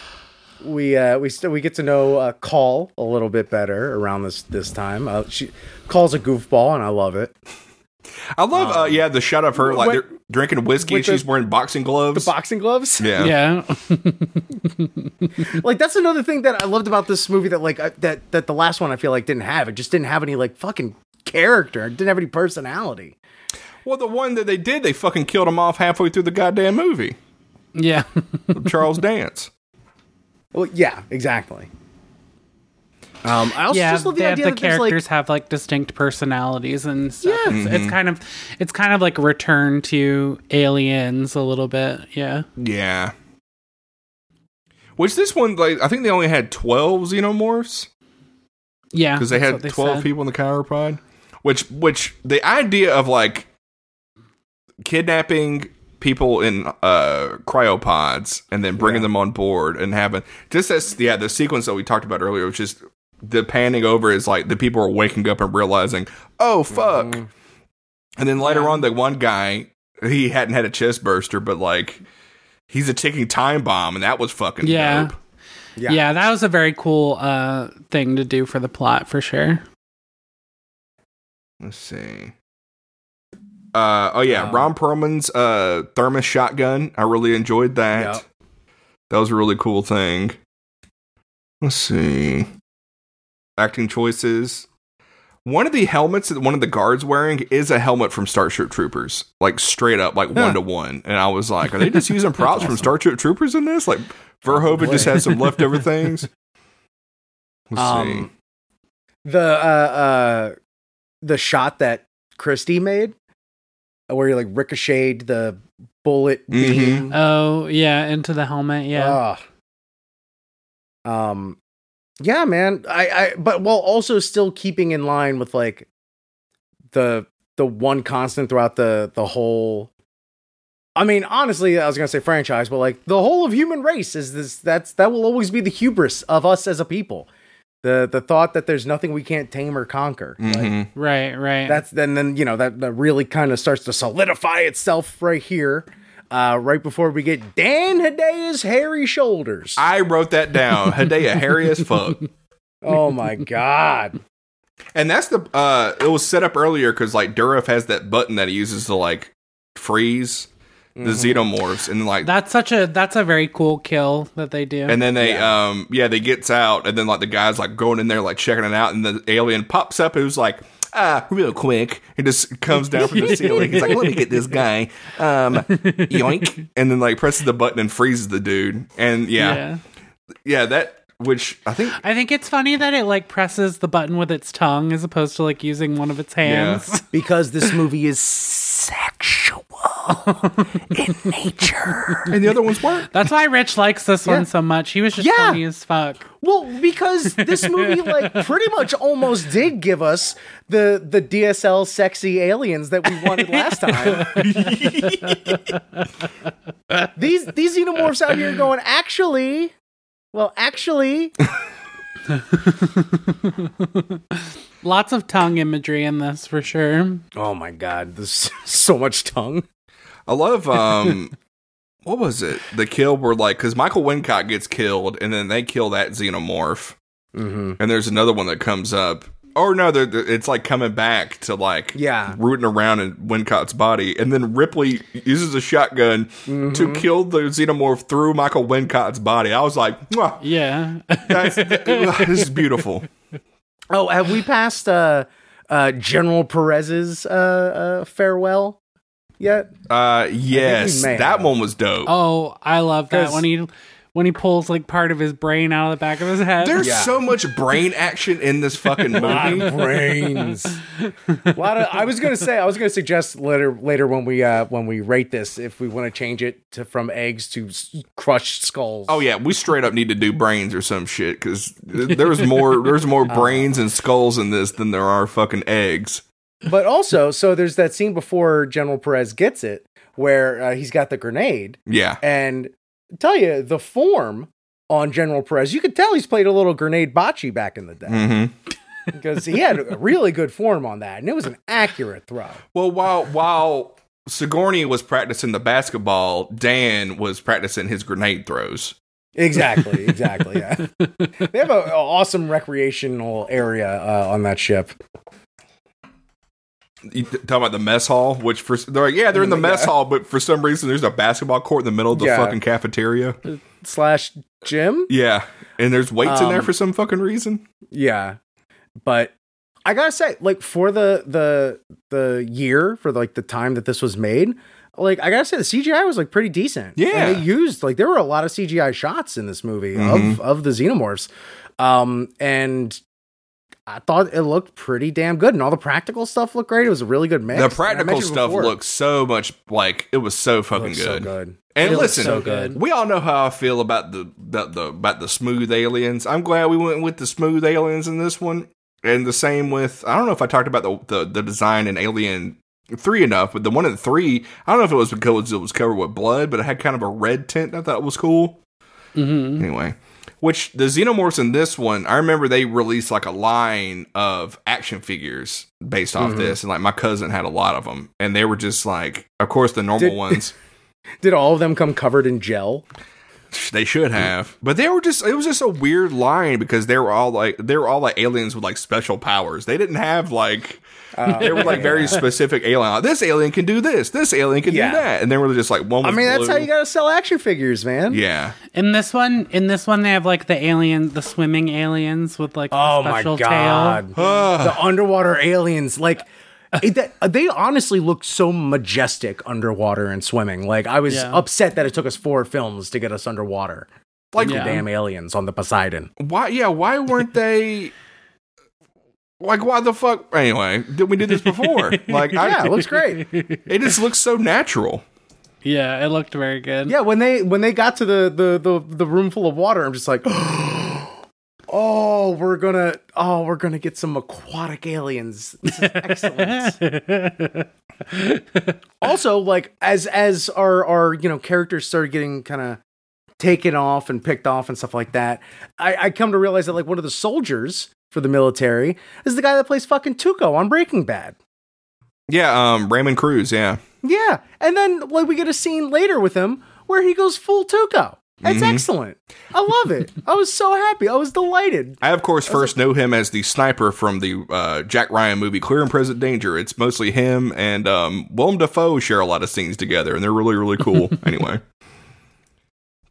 B: we uh, we st- we get to know uh, Call a little bit better around this this time. Uh, she calls a goofball, and I love it.
A: I love, uh, yeah, the shot of her like
B: what-
A: they're drinking whiskey and
B: with the-
A: she's wearing boxing gloves.
B: Boxing gloves,
A: yeah.
C: yeah.
B: like that's another thing that I loved about this movie. That like I, that that the last one I feel like didn't have. It just didn't have any like fucking character. It didn't have any personality.
A: Well, the one that they did, they fucking killed him off halfway through the goddamn movie.
C: Yeah.
A: Charles Dance.
B: Well, yeah, exactly. Um, I also
C: yeah,
B: just love the
C: they have
B: idea
C: the
B: that there's like
C: characters have like distinct personalities and stuff.
B: Yeah.
C: It's,
A: Mm-hmm.
C: it's kind of it's kind of like a return to aliens a little bit. Yeah.
A: Yeah. Which this one, like, I think they only had 12 xenomorphs.
C: Yeah.
A: because they
C: that's
A: had
C: what they
A: 12
C: said.
A: people in the chiropod which which the idea of like kidnapping people in uh cryopods and then bringing them on board and having just as yeah the sequence that we talked about earlier which is the panning over is like the people are waking up and realizing oh fuck
B: Mm.
C: Mm-hmm.
A: and then later on the one guy he hadn't had a chest burster but like he's a ticking time bomb and that was fucking
C: Yeah.
A: dope
B: Yeah.
C: Yeah. that was a very cool uh thing to do for the plot for sure.
A: Let's see. Uh, oh yeah,
B: Um,
A: Ron Perlman's uh, thermos shotgun. I really enjoyed that.
B: Yep.
A: That was a really cool thing. Let's see. Acting choices. One of the helmets that one of the guards wearing is a helmet from Starship Troopers, like straight up, like one to one. And I was like, are they just using props from Starship Troopers in this? Like Verhoeven just
B: Probably.
A: has some leftover things. Let's
B: Um, the uh uh the shot that Christie made where you like ricocheted the bullet beam.
C: Oh, yeah, into the helmet, yeah.
B: Ugh. Um yeah, man. I I but while also still keeping in line with like the the one constant throughout the the whole I mean, honestly, I was gonna say franchise, but like the whole of human race is this that's that will always be the hubris of us as a people. The the thought that there's nothing we can't tame or conquer.
A: see.
B: Like,
A: Mhm.
C: right, right.
B: that's then then you know that, that really kind of starts to solidify itself right here uh right before we get dan hidea's hairy shoulders
A: I wrote that down. Hideo hairy as fuck.
B: oh my god
A: And that's the uh it was set up earlier because like Durif has that button that he uses to like freeze the xenomorphs and like
C: that's such a that's a very cool kill that they do.
A: and then they um yeah they gets out and then like the guy's like going in there like checking it out and the alien pops up who's like ah real quick and just comes down from the ceiling he's like let me get this guy um yoink and then like presses the button and freezes the dude and yeah yeah, that which I think
C: I think it's funny that it like presses the button with its tongue as opposed to like using one of its hands.
B: Mm-hmm. because this movie is sexual in nature
A: and the other ones weren't
C: That's why Rich likes this one so much. He was just
B: Yeah.
C: funny as fuck.
B: well because this movie like pretty much almost did give us the the dsl sexy aliens that we wanted last time these these xenomorphs out here going actually well actually
C: Lots of tongue imagery in this for sure.
B: Oh my god, there's so much tongue.
A: I love um what was it? The kill where like because Michael Wincott gets killed, and then they kill that xenomorph, mm-hmm. and there's another one that comes up. Or no, they're, they're- it's like coming back to like
B: Yeah.
A: rooting around in Wincott's body, and then Ripley uses a shotgun to kill the xenomorph through Michael Wincott's body. I was like, "Mwah,
C: Yeah.
A: that's, this is beautiful.
B: Oh, have we passed uh, uh, General Perez's uh, uh, farewell yet?
A: Uh, yes,
B: may
A: that
B: have.
A: one was dope.
C: oh, I love that
B: 'Cause-
C: when he when he pulls like part of his brain out of the back of his head.
A: There's
B: Yeah.
A: so much brain action in this fucking movie.
B: brains. a lot of. I was gonna say. I was gonna suggest later. Later when we uh, when we rate this, if we want to change it to from eggs to s- crushed skulls.
A: Oh yeah, we straight up need to do brains or some shit because there's more there's more
B: Oh.
A: brains and skulls in this than there are fucking eggs.
B: But also, so there's that scene before General Perez gets it, where uh, he's got the grenade,
A: Yeah,
B: and I tell you the form on General Perez. You could tell he's played a little grenade bocce back in the day
A: hmm
B: because he had a really good form on that, and it was an accurate throw.
A: Well, while while Sigourney was practicing the basketball, Dan was practicing his grenade throws.
B: Exactly, exactly. Yeah, they have an awesome recreational area uh, on that ship.
A: You th- talking about the mess hall, which for they're like, yeah, they're in the mess hall, but for some reason there's a basketball court in the middle of the
B: Yeah.
A: fucking cafeteria.
B: slash gym.
A: Yeah, and there's weights in there
B: Um,
A: for some fucking reason.
B: Yeah, but I gotta say, like for the the the year for like the time that this was made, like I gotta say the CGI was like pretty decent.
A: Yeah.
B: and they used like there were a lot of CGI shots in this movie
A: Mhm.
B: of of the xenomorphs, um, and I thought it looked pretty damn good, and all the practical stuff looked great. It was a really good mix.
A: The
B: And I
A: practical
B: mentioned
A: stuff
B: before,
A: looks so much like it was so
B: it
A: fucking
B: looked
A: good.
B: so good.
A: And
B: It looks
A: listen,
B: so good.
A: we all know how I feel about the, the the about the smooth aliens. I'm glad we went with the smooth aliens in this one, and the same with I don't know if I talked about the the, the design in Alien Three enough, but the one in three I don't know if it was because it was covered with blood, but it had kind of a red tint. I thought was cool.
C: Mhm.
B: Mm-hmm.
A: Anyway, which the xenomorphs in this one, I remember they released like a line of action figures based off
B: Mhm.
A: this, and like my cousin had a lot of them, and they were just like, of course, the normal
B: Did-
A: ones.
B: Did all of them come covered in gel?
A: They should have, but they were just—it was just a weird line because they were all like they were all like aliens with like special powers. They didn't have like
B: Uh,
A: they were like very specific alien. Like, this alien can do this. This alien can
B: Yeah.
A: do that, and they were just like one.
B: I
A: Was
B: mean, that's how
A: blue.
B: you gotta sell action figures, man.
A: Yeah,
C: In this one, in this one, they have like the alien, the swimming aliens with like
B: Oh
C: the
B: my
C: special
B: god.
C: tail.
A: Ah.
B: the underwater aliens like it, that, uh, they honestly look so majestic underwater and swimming. Like I was
C: Yeah.
B: upset that it took us four films to get us underwater.
A: like
C: Yeah.
B: Damn aliens on the Poseidon.
A: why? Yeah, why weren't they? Like, why the fuck? Anyway, did we do this before? Like,
B: Yeah,
A: I,
B: it looks great.
A: it just looks so natural.
C: Yeah, it looked very good.
B: Yeah, when they when they got to the the the, the room full of water, I'm just like, oh, we're gonna oh we're gonna get some aquatic aliens. This is excellent. also like as as our our you know characters started getting kind of taken off and picked off and stuff like that I, I come to realize that like one of the soldiers for the military is the guy that plays fucking tuco on breaking bad
A: Yeah, um, Raymond Cruz. Yeah,
B: yeah and then like we get a scene later with him where he goes full tuco that's
A: Mhm.
B: excellent i love it i was so happy i was delighted
A: I, of course, first know him as the sniper from the uh, Jack Ryan movie Clear and Present Danger. It's mostly him and um, Willem Dafoe share a lot of scenes together, and they're really, really cool. anyway,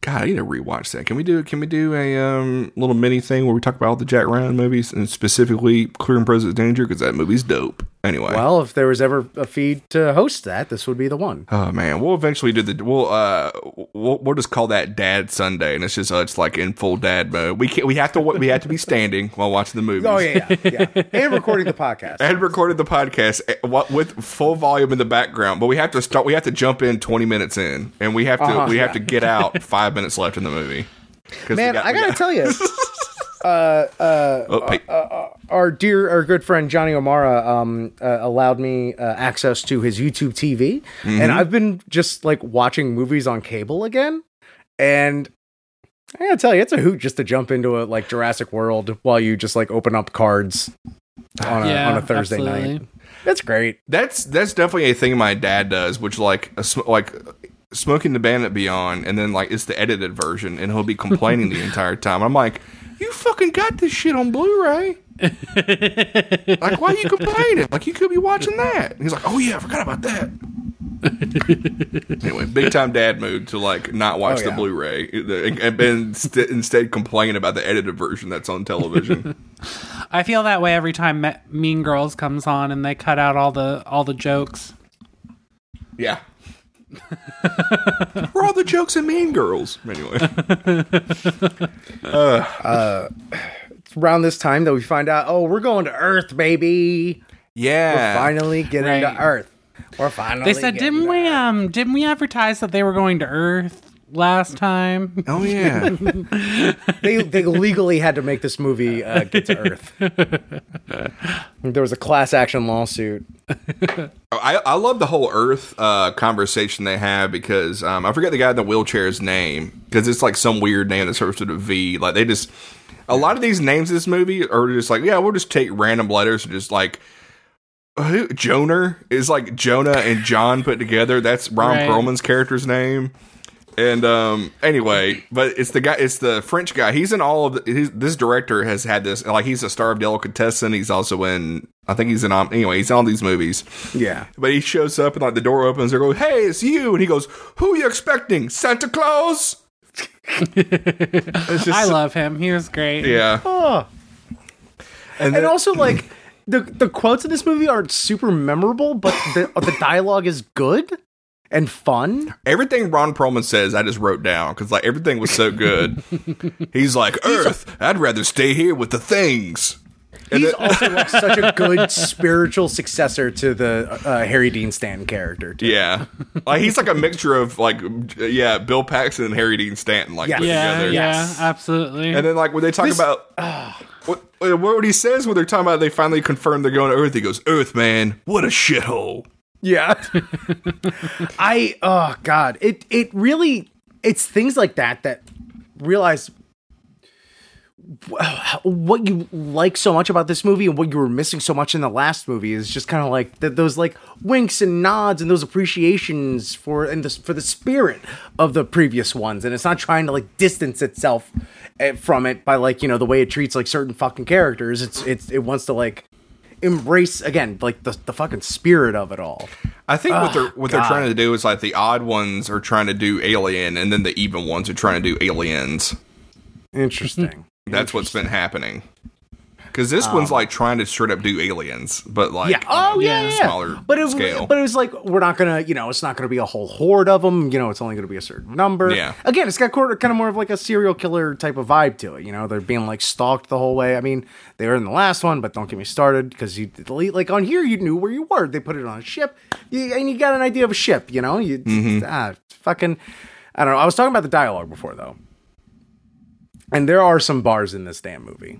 A: God, I need to rewatch that. Can we do? Can we do a um, little mini thing where we talk about all the Jack Ryan movies and specifically Clear and Present Danger because that movie's dope. Anyway,
B: well if there was ever a feed to host that this would be the one
A: Oh man, we'll eventually do the we'll uh we'll, we'll just call that Dad Sunday, and it's just uh, it's like in full dad mode. We can't we have to wa- we have to be standing while watching the movies.
B: oh yeah yeah, yeah. and recording the podcast
A: I had recorded the podcast eh, wa- with full volume in the background, but we have to start. We have to jump in twenty minutes in, and we have to
B: Uh-huh,
A: we have
B: yeah.
A: to get out five minutes left in the movie. 'Cause we
B: man
A: got-
B: i
A: we
B: gotta
A: got-
B: tell you uh,
A: oh, wait.
B: our dear, our good friend Johnny O'Mara um, uh, allowed me uh, access to his YouTube TV, and I've been just like watching movies on cable again. And I gotta tell you, it's a hoot just to jump into a like Jurassic World while you just like open up cards on a,
C: Yeah,
B: on a Thursday
C: absolutely.
B: night. That's great.
A: that's that's definitely a thing my dad does, which like a, sm- like Smoking the Bandit Beyond, and then like it's the edited version, and he'll be complaining the entire time. I'm like, you fucking got this shit on Blu-ray. like, why are you complaining? Like, you could be watching that. And he's like, oh yeah, I forgot about that. anyway, big time dad mood to like not watch
B: Oh,
A: the
B: yeah.
A: Blu-ray and then st- instead complain about the edited version that's on television.
C: I feel that way every time Me- Mean Girls comes on and they cut out all the all the jokes.
A: yeah. We're all the jokes and mean girls. Anyway.
B: It's around this time that we find out, oh, we're going to Earth, baby.
A: Yeah.
B: Finally getting
C: Right.
B: to Earth. We're finally.
C: They said,
B: getting
C: didn't
B: to
C: we um didn't we advertise that they were going to Earth last time?
A: Oh yeah.
B: they they legally had to make this movie uh, get to Earth. there was a class action lawsuit.
A: I, I love the whole Earth uh, conversation they have because um, I forget the guy in the wheelchair's name because it's like some weird name that starts with a V. Like they just a lot of these names in this movie are just like yeah we'll just take random letters and just like who, Jonah is like Jonah and John put together. That's Ron
C: Right.
A: Perlman's character's name. And um anyway, but it's the guy it's the French guy. He's in all of the, he's, this director has had this like he's a star of Delicatessen. He's also in I think he's in um, anyway, he's in all these movies.
B: Yeah.
A: But he shows up and like the door opens. They go, "Hey, it's you!" And he goes, "Who are you expecting? Santa Claus?" it's just,
C: I love him. He was great.
A: yeah. And, then,
B: And also, like the the quotes in this movie aren't super memorable, but the the dialogue is good and fun.
A: everything Ron Perlman says, I just wrote down because like everything was so good. He's like, "Earth, I'd rather stay here with the things." And
B: He's
A: then-
B: also like such a good spiritual successor to the uh, Harry Dean Stanton character. Too.
A: yeah, like he's like a mixture of like, yeah, Bill Paxton and Harry Dean Stanton, like
B: Yeah.
A: put
C: Yeah,
A: together.
B: Yes.
C: yeah, absolutely.
A: And then like when they talk about what what what he says when they're talking about they finally confirm they're going to Earth, he goes, "Earth, man, what a shithole."
B: Yeah. I oh god, it it really it's things like that that realize what you like so much about this movie and what you were missing so much in the last movie is just kind of like th- those like winks and nods and those appreciations for and this for the spirit of the previous ones and it's not trying to like distance itself eh, from it by like you know the way it treats like certain fucking characters it's it's it wants to like embrace again like the, the fucking spirit of it all
A: I think what they're what they're
B: Ah, God.
A: trying to do is like the odd ones are trying to do Alien, and then the even ones are trying to do Aliens.
B: interesting
A: That's what's been happening. Because this one's like trying to straight up do Aliens, but like
B: Ah. yeah oh
A: on a
B: yeah, yeah.
A: smaller
B: but it,
A: scale.
B: but it was like we're not gonna you know it's not gonna be a whole horde of them you know it's only gonna be a certain number
A: Yeah.
B: again it's got kind of more of like a serial killer type of vibe to it you know they're being like stalked the whole way i mean they were in the last one but don't get me started because you like on here you knew where you were they put it on a ship you, and you got an idea of a ship you know you
A: Mm-hmm.
B: ah, fucking i don't know i was talking about the dialogue before though and there are some bars in this damn movie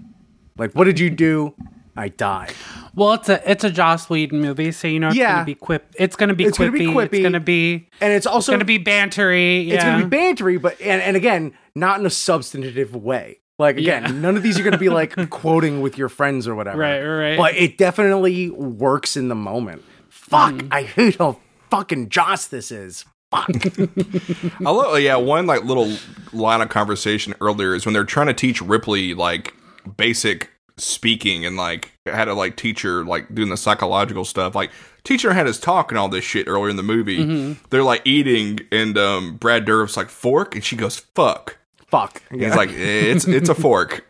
B: like what did you do i died
C: well, it's a it's a Joss Whedon movie, so you know it's
B: Yeah.
C: gonna be quip. It's gonna be
B: It's
C: quippy.
B: gonna be
C: It's
B: quippy.
C: gonna be
B: and it's also
C: gonna be bantery. Yeah.
B: it's gonna be bantery, but and, and again, not in a substantive way. Like again,
C: Yeah.
B: none of these are gonna be like quoting with your friends or whatever.
C: Right, right, right.
B: But it definitely works in the moment. Fuck,
C: Mm-hmm.
B: I hate how fucking Joss this is. Fuck.
A: I love, oh, yeah, one like little line of conversation earlier is when they're trying to teach Ripley like basic speaking and like how to like teach her like doing the psychological stuff, like teach her how to talk and all this shit earlier in the movie. They're like eating and um Brad Dourif's like fork and she goes fuck.
B: Fuck.
A: He's like "Eh, it's it's a fork.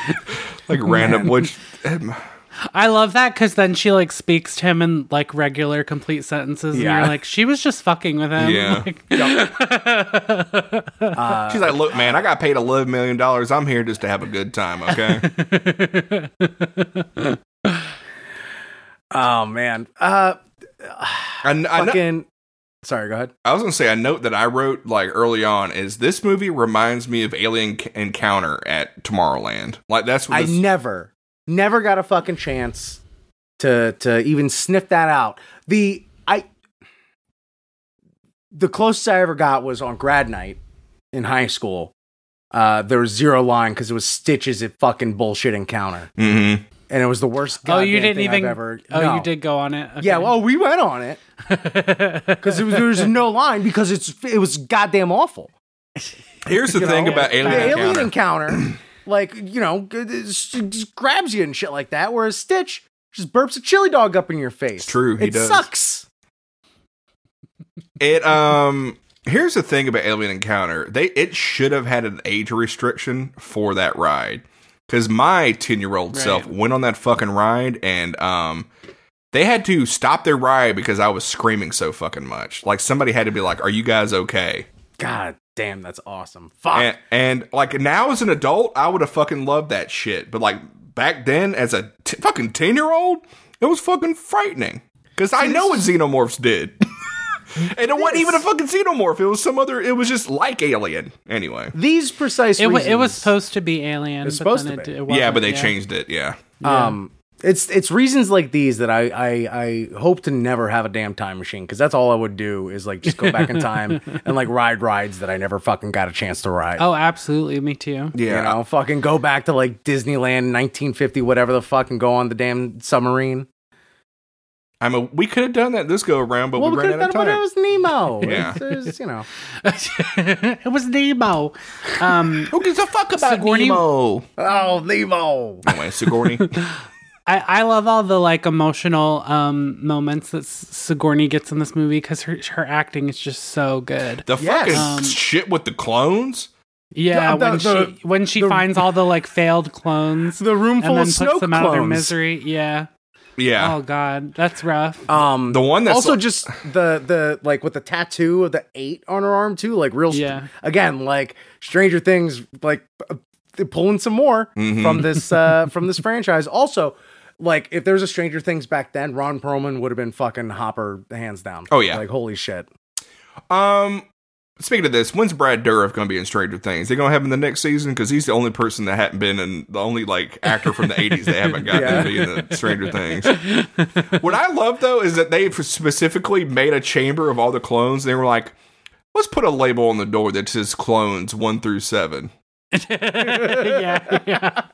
A: like random which eh,
C: I love that because then she like speaks to him in like regular complete sentences, and
B: Yeah.
C: you're like, she was just fucking with him.
A: Yeah.
C: Like, oh,
A: she's like, look, man, I got paid eleven million dollars. I'm here just to have a good time, okay?
B: Oh man. Uh
A: I, kn- I, kn-
B: fucking Sorry, go ahead.
A: I was gonna say a note that I wrote like early on is this movie reminds me of Alien C- Encounter at Tomorrowland. Like that's what
B: I
A: this,
B: never, never got a fucking chance to to even sniff that out. The I the closest I ever got was on grad night in high school. Uh, there was zero line because it was Stitches at fucking bullshit encounter,
A: Mhm.
B: and it was the worst.
C: Oh, you
B: goddamn
C: didn't
B: thing I've
C: even.
B: ever.
C: oh,
B: No.
C: you did go on it. Okay.
B: Yeah, well, we went on it because there was, there was no line because it's it was goddamn awful.
A: Here's the thing about
B: The
A: Alien Encounter.
B: alien encounter, like you know, g- it's- it just grabs you and shit like that. Whereas Stitch just burps a chili dog up in your face.
A: true, he
B: it
A: does.
B: sucks.
A: It um here's the thing about Alien Encounter. They it should have had an age restriction for that ride. Cause my ten year old self
C: Right.
A: went on that fucking ride and um they had to stop their ride because I was screaming so fucking much. Like somebody had to be like, Are you guys okay?
B: God damn, that's awesome. Fuck.
A: And, and like now as an adult, I would have fucking loved that shit. But like back then as a t- fucking ten year old, it was fucking frightening. Cause I know what xenomorphs did. and it wasn't even a fucking xenomorph. It was some other. It was just like Alien. Anyway.
B: These precise
C: It, wa- it was
B: reasons-
C: supposed to be Alien.
B: It's
C: but
B: supposed
C: then
B: to be.
C: it d- it
A: Yeah,
C: wasn't,
A: but they changed it. Yeah.
B: Um, it's it's reasons like these that I I, I hope to never have a damn time machine because that's all I would do is like just go back in time and like ride rides that I never fucking got a chance to ride.
C: Oh, absolutely. Me too.
A: Yeah.
B: You know, fucking go back to like Disneyland 1950, whatever the fuck, and go on the damn submarine.
A: I mean, we could have done that this go around, but
B: Well,
A: we,
B: we could
A: ran
B: have
A: out of
B: done when
A: time.
B: it was Nemo.
A: Yeah.
B: It's- it's, you know,
C: it was Nemo. Um,
A: Who gives a fuck about
C: Sigourney-
A: Nemo?
B: oh Nemo.
A: Anyway, Sigourney.
C: I, I love all the like emotional um, moments that S- Sigourney gets in this movie because her, her acting is just so good.
A: The
B: Yes.
A: fucking
C: Um,
A: shit with the clones.
C: Yeah,
B: Yeah, the-
C: when
B: the-
C: she when she
B: the-
C: finds all the like failed clones
B: The room
C: and
B: full
C: then
B: of
C: puts
B: snow
C: them out of their
B: clones.
C: misery. Yeah.
A: Yeah.
C: Oh god, that's rough.
B: Um,
A: The one that's-
B: also just the the like with the tattoo of the eight on her arm too, like real. str-
C: Yeah.
B: Again, like Stranger Things, like uh, they're pulling some more
A: Mm-hmm.
B: from this uh from this franchise. Also, like if there's a Stranger Things back then, Ron Perlman would have been fucking Hopper hands down.
A: Oh, yeah.
B: like holy shit.
A: Um. Speaking of this, when's Brad Dourif going to be in Stranger Things? They going to have him in the next season because he's the only person that hadn't been and the only like actor from the '80s they haven't gotten
B: Yeah.
A: to be in the Stranger Things. what I love though is that they specifically made a chamber of all the clones. They were like, let's put a label on the door that says clones one through seven.
C: yeah, yeah.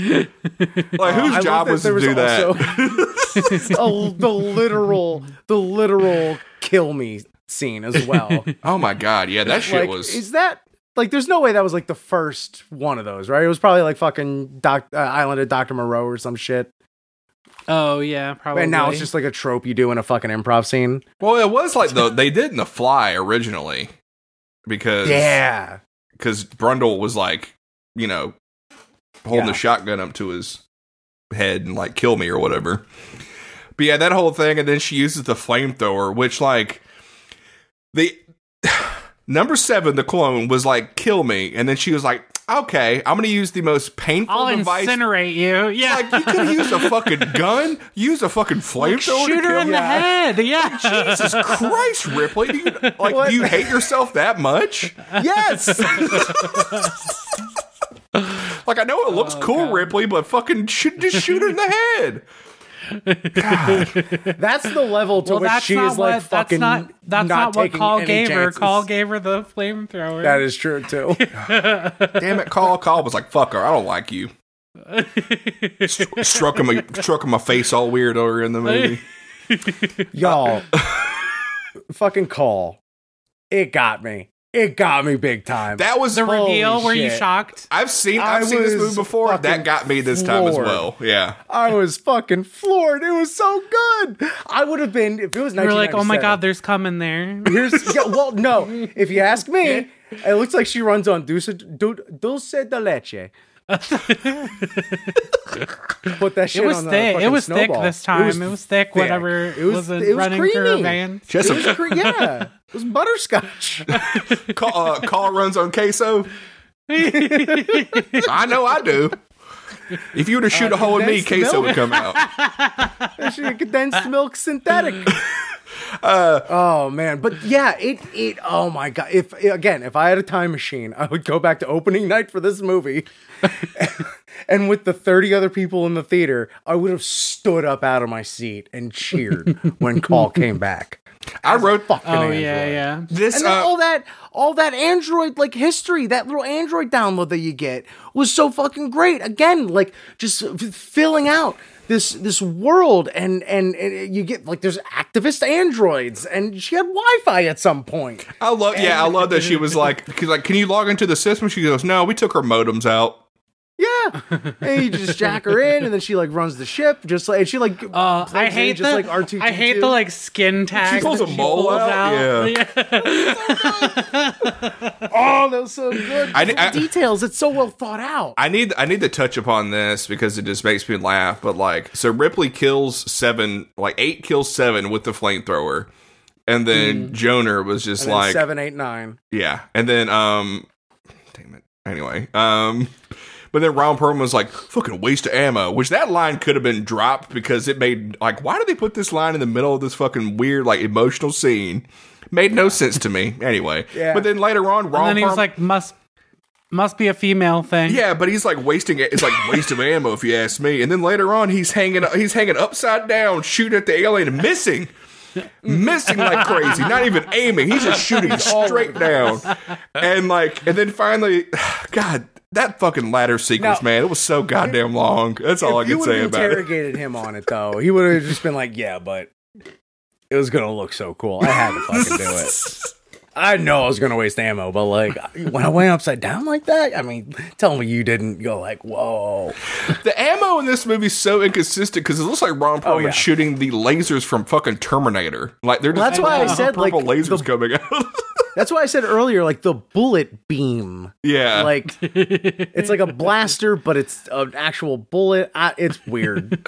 A: Like whose
B: Oh, I love
A: job
B: that
A: was
B: there
A: to do that?
B: also a- the literal, the literal kill me scene as well.
A: oh my god, yeah, that shit
B: like,
A: was.
B: Is that like? There's no way that was like the first one of those, right? It was probably like fucking Doc uh, Island of Doctor Moreau or some shit.
C: Oh yeah, probably.
B: And now it's just like a trope you do in a fucking improv scene.
A: well, it was like the they did in the Fly originally because
B: Yeah,
A: because Brundle was like, you know, holding
B: Yeah.
A: a shotgun up to his head and like kill me or whatever. But yeah, that whole thing, and then she uses the flamethrower, which like the number seven, the clone was like, kill me, and then she was like, okay, I'm gonna use the most painful
C: I'll
A: device.
C: incinerate you. Yeah.
A: like you could use a fucking gun, use a fucking
C: Like,
A: flamethrower. to
C: shoot her
A: kill
C: in
A: me.
C: the head. Yeah.
A: Jesus Christ, Ripley! Do you, like,
B: What?
A: do you hate yourself that much?
B: yes.
A: Like I know it looks
B: Oh,
A: cool, Ripley, but fucking shoot, just shoot her in the head.
B: that's the level to
C: Well,
B: which
C: that's
B: she's
C: not
B: like
C: what. That's
B: fucking.
C: not. That's not, what
B: taking
C: Call
B: any
C: gave her.
B: chances.
C: Call gave her the flamethrower.
B: That is true too.
A: Damn it, Call. Call was like, "Fuck her, I don't like you." Stru- struck him, a- struck him a face all weird over in the movie.
B: y'all fucking call it got me it got me big time
A: That was.
C: the reveal.
B: Holy
C: Were you
B: shit.
C: shocked?
A: I've seen.
B: I
A: I've seen this
B: was
A: movie before. That
B: fucking
A: got me this time as
B: floored.
A: well. Yeah.
B: i was fucking floored it was so good i would have been if it was
C: You were like, oh my
B: 1997,
C: god, there's coming there.
B: here's yeah, well no if you ask me it looks like she runs on dulce, du- dulce de leche Put that shit
C: It was
B: on the
C: thick. It
B: fucking
C: was
B: snowball.
C: thick this time. It was, thick.
B: thick.
C: Whatever
B: It was-
C: wasn't
B: it was
C: running through her
B: creamy.
C: veins.
A: Just
B: it was cre- yeah it was butterscotch
A: call, uh, call runs on queso. I know I do. If you were to
B: Uh,
A: shoot a hole in me, queso
B: condensed milk?
A: would come out.
B: That shit condensed milk synthetic. oh man, but yeah, it it oh my god. If again, if I had a time machine, I would go back to opening night for this movie. and with the 30 other people in the theater, I would have stood up out of my seat and cheered when Call came back.
A: I wrote
B: Fucking
C: Oh
B: Android.
C: yeah, yeah.
A: this.
B: And then
A: uh,
B: all that, all that Android like history, that little Android download that you get was so fucking great. Again, like just f- filling out this this world, and and, and you get like there's activist androids, and she had Wi-Fi at some point.
A: I love. Yeah, I love that she was like, cause like, can you log into the system? She goes, no, we took our modems out.
B: Yeah, and you just jack her in, and then she like runs the ship, just like and she like
C: Uh,
B: plugs
C: I
B: in
C: hate
B: just
C: the
B: like R2D2.
C: I hate the like skin tag.
A: pulls
C: that
A: a mole
C: pulls
A: out?
B: oh that was so good
A: I-
B: I,
A: I-
B: details. It's so well thought out.
A: I need I need to touch upon this because it just makes me laugh. But like, so Ripley kills seven, like eight kills seven with the flamethrower, and then Joner was just
B: Hmm. And then
A: like,
B: seven, eight, nine.
A: yeah, and then um, damn it. Anyway, um, but then Ron Perlman was like, fucking waste of ammo, which that line could have been dropped because it made like, why did they put this line in the middle of this fucking weird like emotional scene? Made no sense to me. Anyway,
B: Yeah.
A: but then later on, Ron
C: And then he
A: Perlman-
C: was like, must must be a female thing.
A: yeah, but he's like wasting it. It's like waste of ammo, if you ask me. And then later on, he's hanging. He's hanging upside down, shooting at the alien, and missing, missing like crazy. Not even aiming. He's just shooting
B: Oh.
A: straight down. And like, and then finally, God, that fucking ladder sequence,
B: Now-
A: man, it was so goddamn long. That's all I
B: if you
A: can
B: would
A: say
B: have
A: about it.
B: interrogated him on it though, he would have just been like, "Yeah, but it was gonna look so cool. I had to fucking do it. I know I was gonna waste ammo, but like when I went upside down like that, I mean, tell me you didn't go like, whoa,
A: The ammo in this movie is so inconsistent because it looks like Ron Perlman
B: Oh, yeah.
A: shooting the lasers from fucking Terminator. Like they're just
B: That's why I
A: purple-
B: said, like,
A: purple lasers
B: the-
A: coming out.
B: that's why I said earlier, like the bullet beam,
A: yeah,
B: like it's like a blaster, but it's an actual bullet. I, it's weird.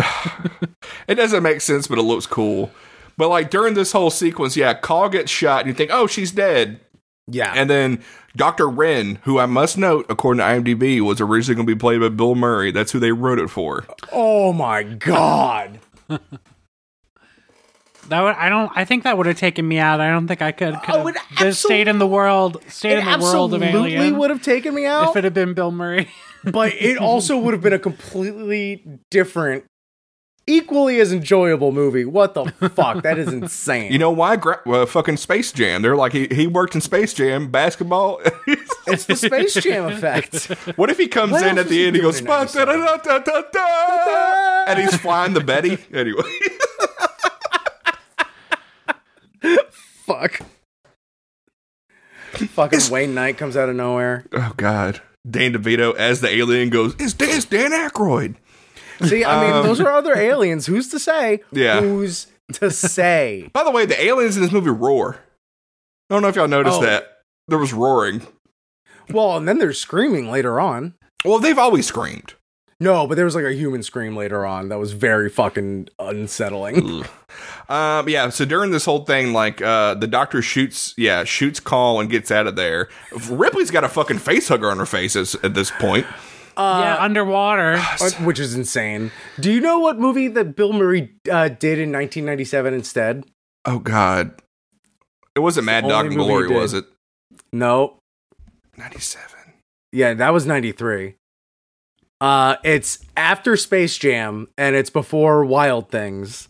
A: It doesn't make sense, but it looks cool. But like during this whole sequence, yeah, Call gets shot, and you think, oh, she's dead.
B: Yeah,
A: And then Dr. Wren, who I must note, according to IMDb, was originally going to be played by Bill Murray. That's who they wrote it for.
B: oh my god.
C: That would, I don't. I think that would have taken me out. I don't think I could. could
B: it
C: have just stayed in the world. Stayed in
B: It
C: the world of
B: absolutely
C: Alien.
B: would have taken me out.
C: If it had been Bill Murray.
B: but it also would have been a completely different, equally as enjoyable movie. What the fuck? That is insane.
A: You know why? Gra- well, fucking Space Jam. They're like, he, he worked in Space Jam, basketball.
B: it's the Space Jam effect.
A: what if he comes
B: What
A: in
B: else
A: at
B: was he
A: the end and
B: doing
A: goes,
B: in
A: "Ba- da- da- da- da- da- da," and he's flying the Betty? Anyway.
B: Fuck. Fucking Wayne Knight comes out of nowhere.
A: oh, God. Dan DeVito as the alien goes, it's, Dan- it's Dan Aykroyd.
B: See, I mean, those are other aliens. Who's to say?
A: Um, Yeah.
B: Who's to say?
A: By the way, the aliens in this movie roar. I don't know if y'all noticed
C: Oh.
A: that. There was roaring.
B: Well, and then there's screaming later on.
A: Well, they've always screamed.
B: No, but there was like a human scream later on that was very fucking unsettling.
A: Um, yeah, so during this whole thing, like uh, the doctor shoots, yeah, shoots Call and gets out of there. Ripley's got a fucking face hugger on her face as, at this point.
C: yeah, underwater.
B: Uh, which is insane. Do you know what movie that Bill Murray uh, did in 1997 instead?
A: Oh God, it wasn't Mad
B: the
A: Dog and
B: only movie
A: Glory,
B: he did.
A: was it?
B: No.
A: Ninety-seven.
B: Yeah, that was 93. Uh, it's after Space Jam and it's before Wild Things.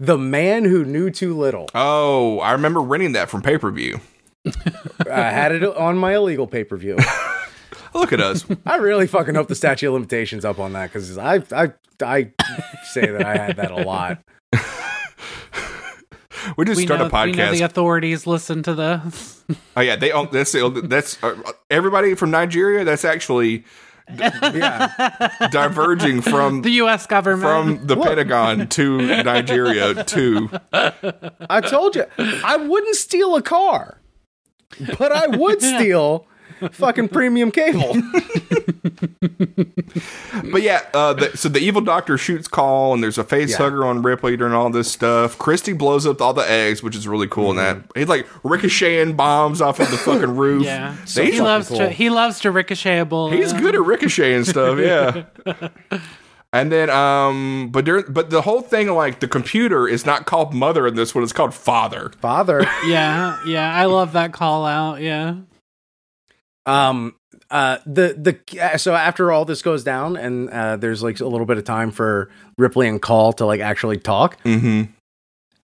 B: The Man Who Knew Too Little.
A: Oh, I remember renting that from pay per view.
B: I had it on my illegal pay per view.
A: Look at us.
B: I really fucking hope the statute of limitations up on that because I, I, I say that I had that a lot.
A: We just
C: We
A: start
C: know,
A: a podcast.
C: we know the authorities listen to this.
A: Oh yeah, they own that's the that's uh, everybody from Nigeria. That's actually diverging from
C: The U.S. government.
A: from the Pentagon to Nigeria to
B: I told you, I wouldn't steal a car, but I would steal fucking premium cable.
A: but yeah. Uh, the, so the evil doctor shoots call and there's a face hugger on Ripley during all this stuff. Christy blows up all the eggs, which is really cool. And that he's like ricocheting bombs off of the fucking roof.
C: yeah,
A: They-
C: he loves
B: cool.
C: to he loves to ricochet a bullet.
A: He's good at ricocheting stuff, yeah. And then, um, but there, but the whole thing, like the computer, is not called mother in this one; it's called father.
B: Father.
C: Yeah, yeah, I love that call out. Yeah,
B: um uh the the uh, so after all this goes down and uh there's like a little bit of time for ripley and call to like actually talk
A: Mm-hmm.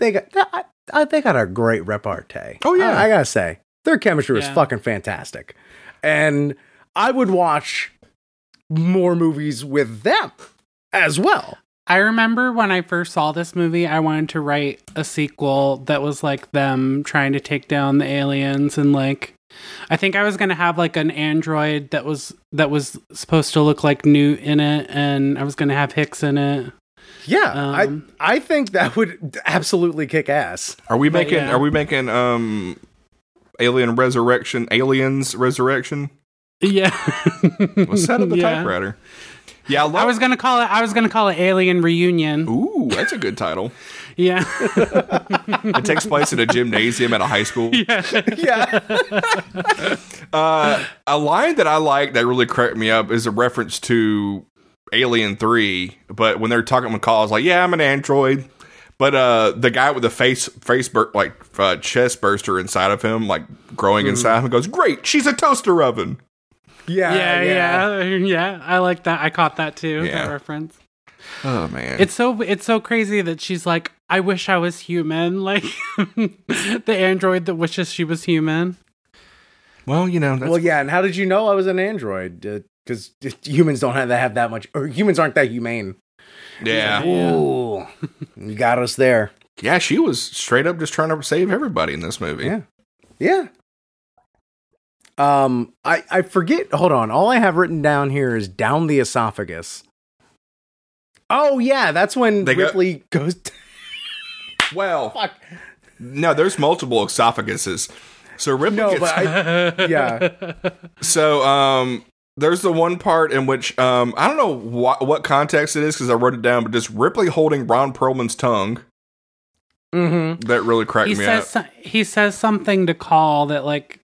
B: they got I, uh, they got a great repartee.
A: Oh, yeah.
B: I, I gotta say their chemistry was
C: Yeah.
B: fucking fantastic, and I would watch more movies with them as well.
C: I remember when I first saw this movie, I wanted to write a sequel that was like them trying to take down the aliens and like I think I was going to have like an android that was that was supposed to look like Newt in it and I was going to have Hicks in it.
B: Yeah,
C: Um,
B: I I think that would absolutely kick ass.
A: Are we making?
C: yeah.
A: Are we making? Um, Alien Resurrection, Aliens Resurrection.
C: Yeah.
A: Was that on the
C: Yeah.
A: typewriter? Yeah, I love.
C: I was going to call it I was going to call it Alien Reunion.
A: Ooh, that's a good title.
C: Yeah.
A: It takes place in a gymnasium at a high school.
B: Yeah,
A: Uh, a line that I like that really cracked me up is a reference to Alien Three. But when they're talking with calls, like, "Yeah, I'm an android," but uh, the guy with the face face bur- like uh, chest burster inside of him, like growing
C: Mm-hmm.
A: inside him, goes, "Great, she's a toaster oven." Uh,
B: yeah,
C: yeah, yeah. Yeah, I like that. I caught that too,
A: Yeah.
C: that reference.
A: Oh man,
C: It's so it's so crazy that she's like, I wish I was human, like the android that wishes she was human.
A: well, you know, that's
B: Well, yeah, and how did you know I was an android? Because humans don't have that have that much, or humans aren't that humane.
A: yeah.
B: Ooh, you got us there.
A: Yeah, she was straight up just trying to save everybody in this movie.
B: Yeah. Yeah. Um, I I forget. Hold on. All I have written down here is down the esophagus. Oh yeah, that's when
A: They go-
B: Ripley goes.
A: Well,
B: fuck.
A: no, there's multiple esophaguses. So Ripley
B: No,
A: gets,
B: but I, yeah,
A: so um there's the one part in which um I don't know wh- what context it is cuz I wrote it down but just Ripley holding Ron Perlman's tongue
B: hmm
A: that really cracked
C: He
A: me
C: says
A: up.
C: so- he says something to call that like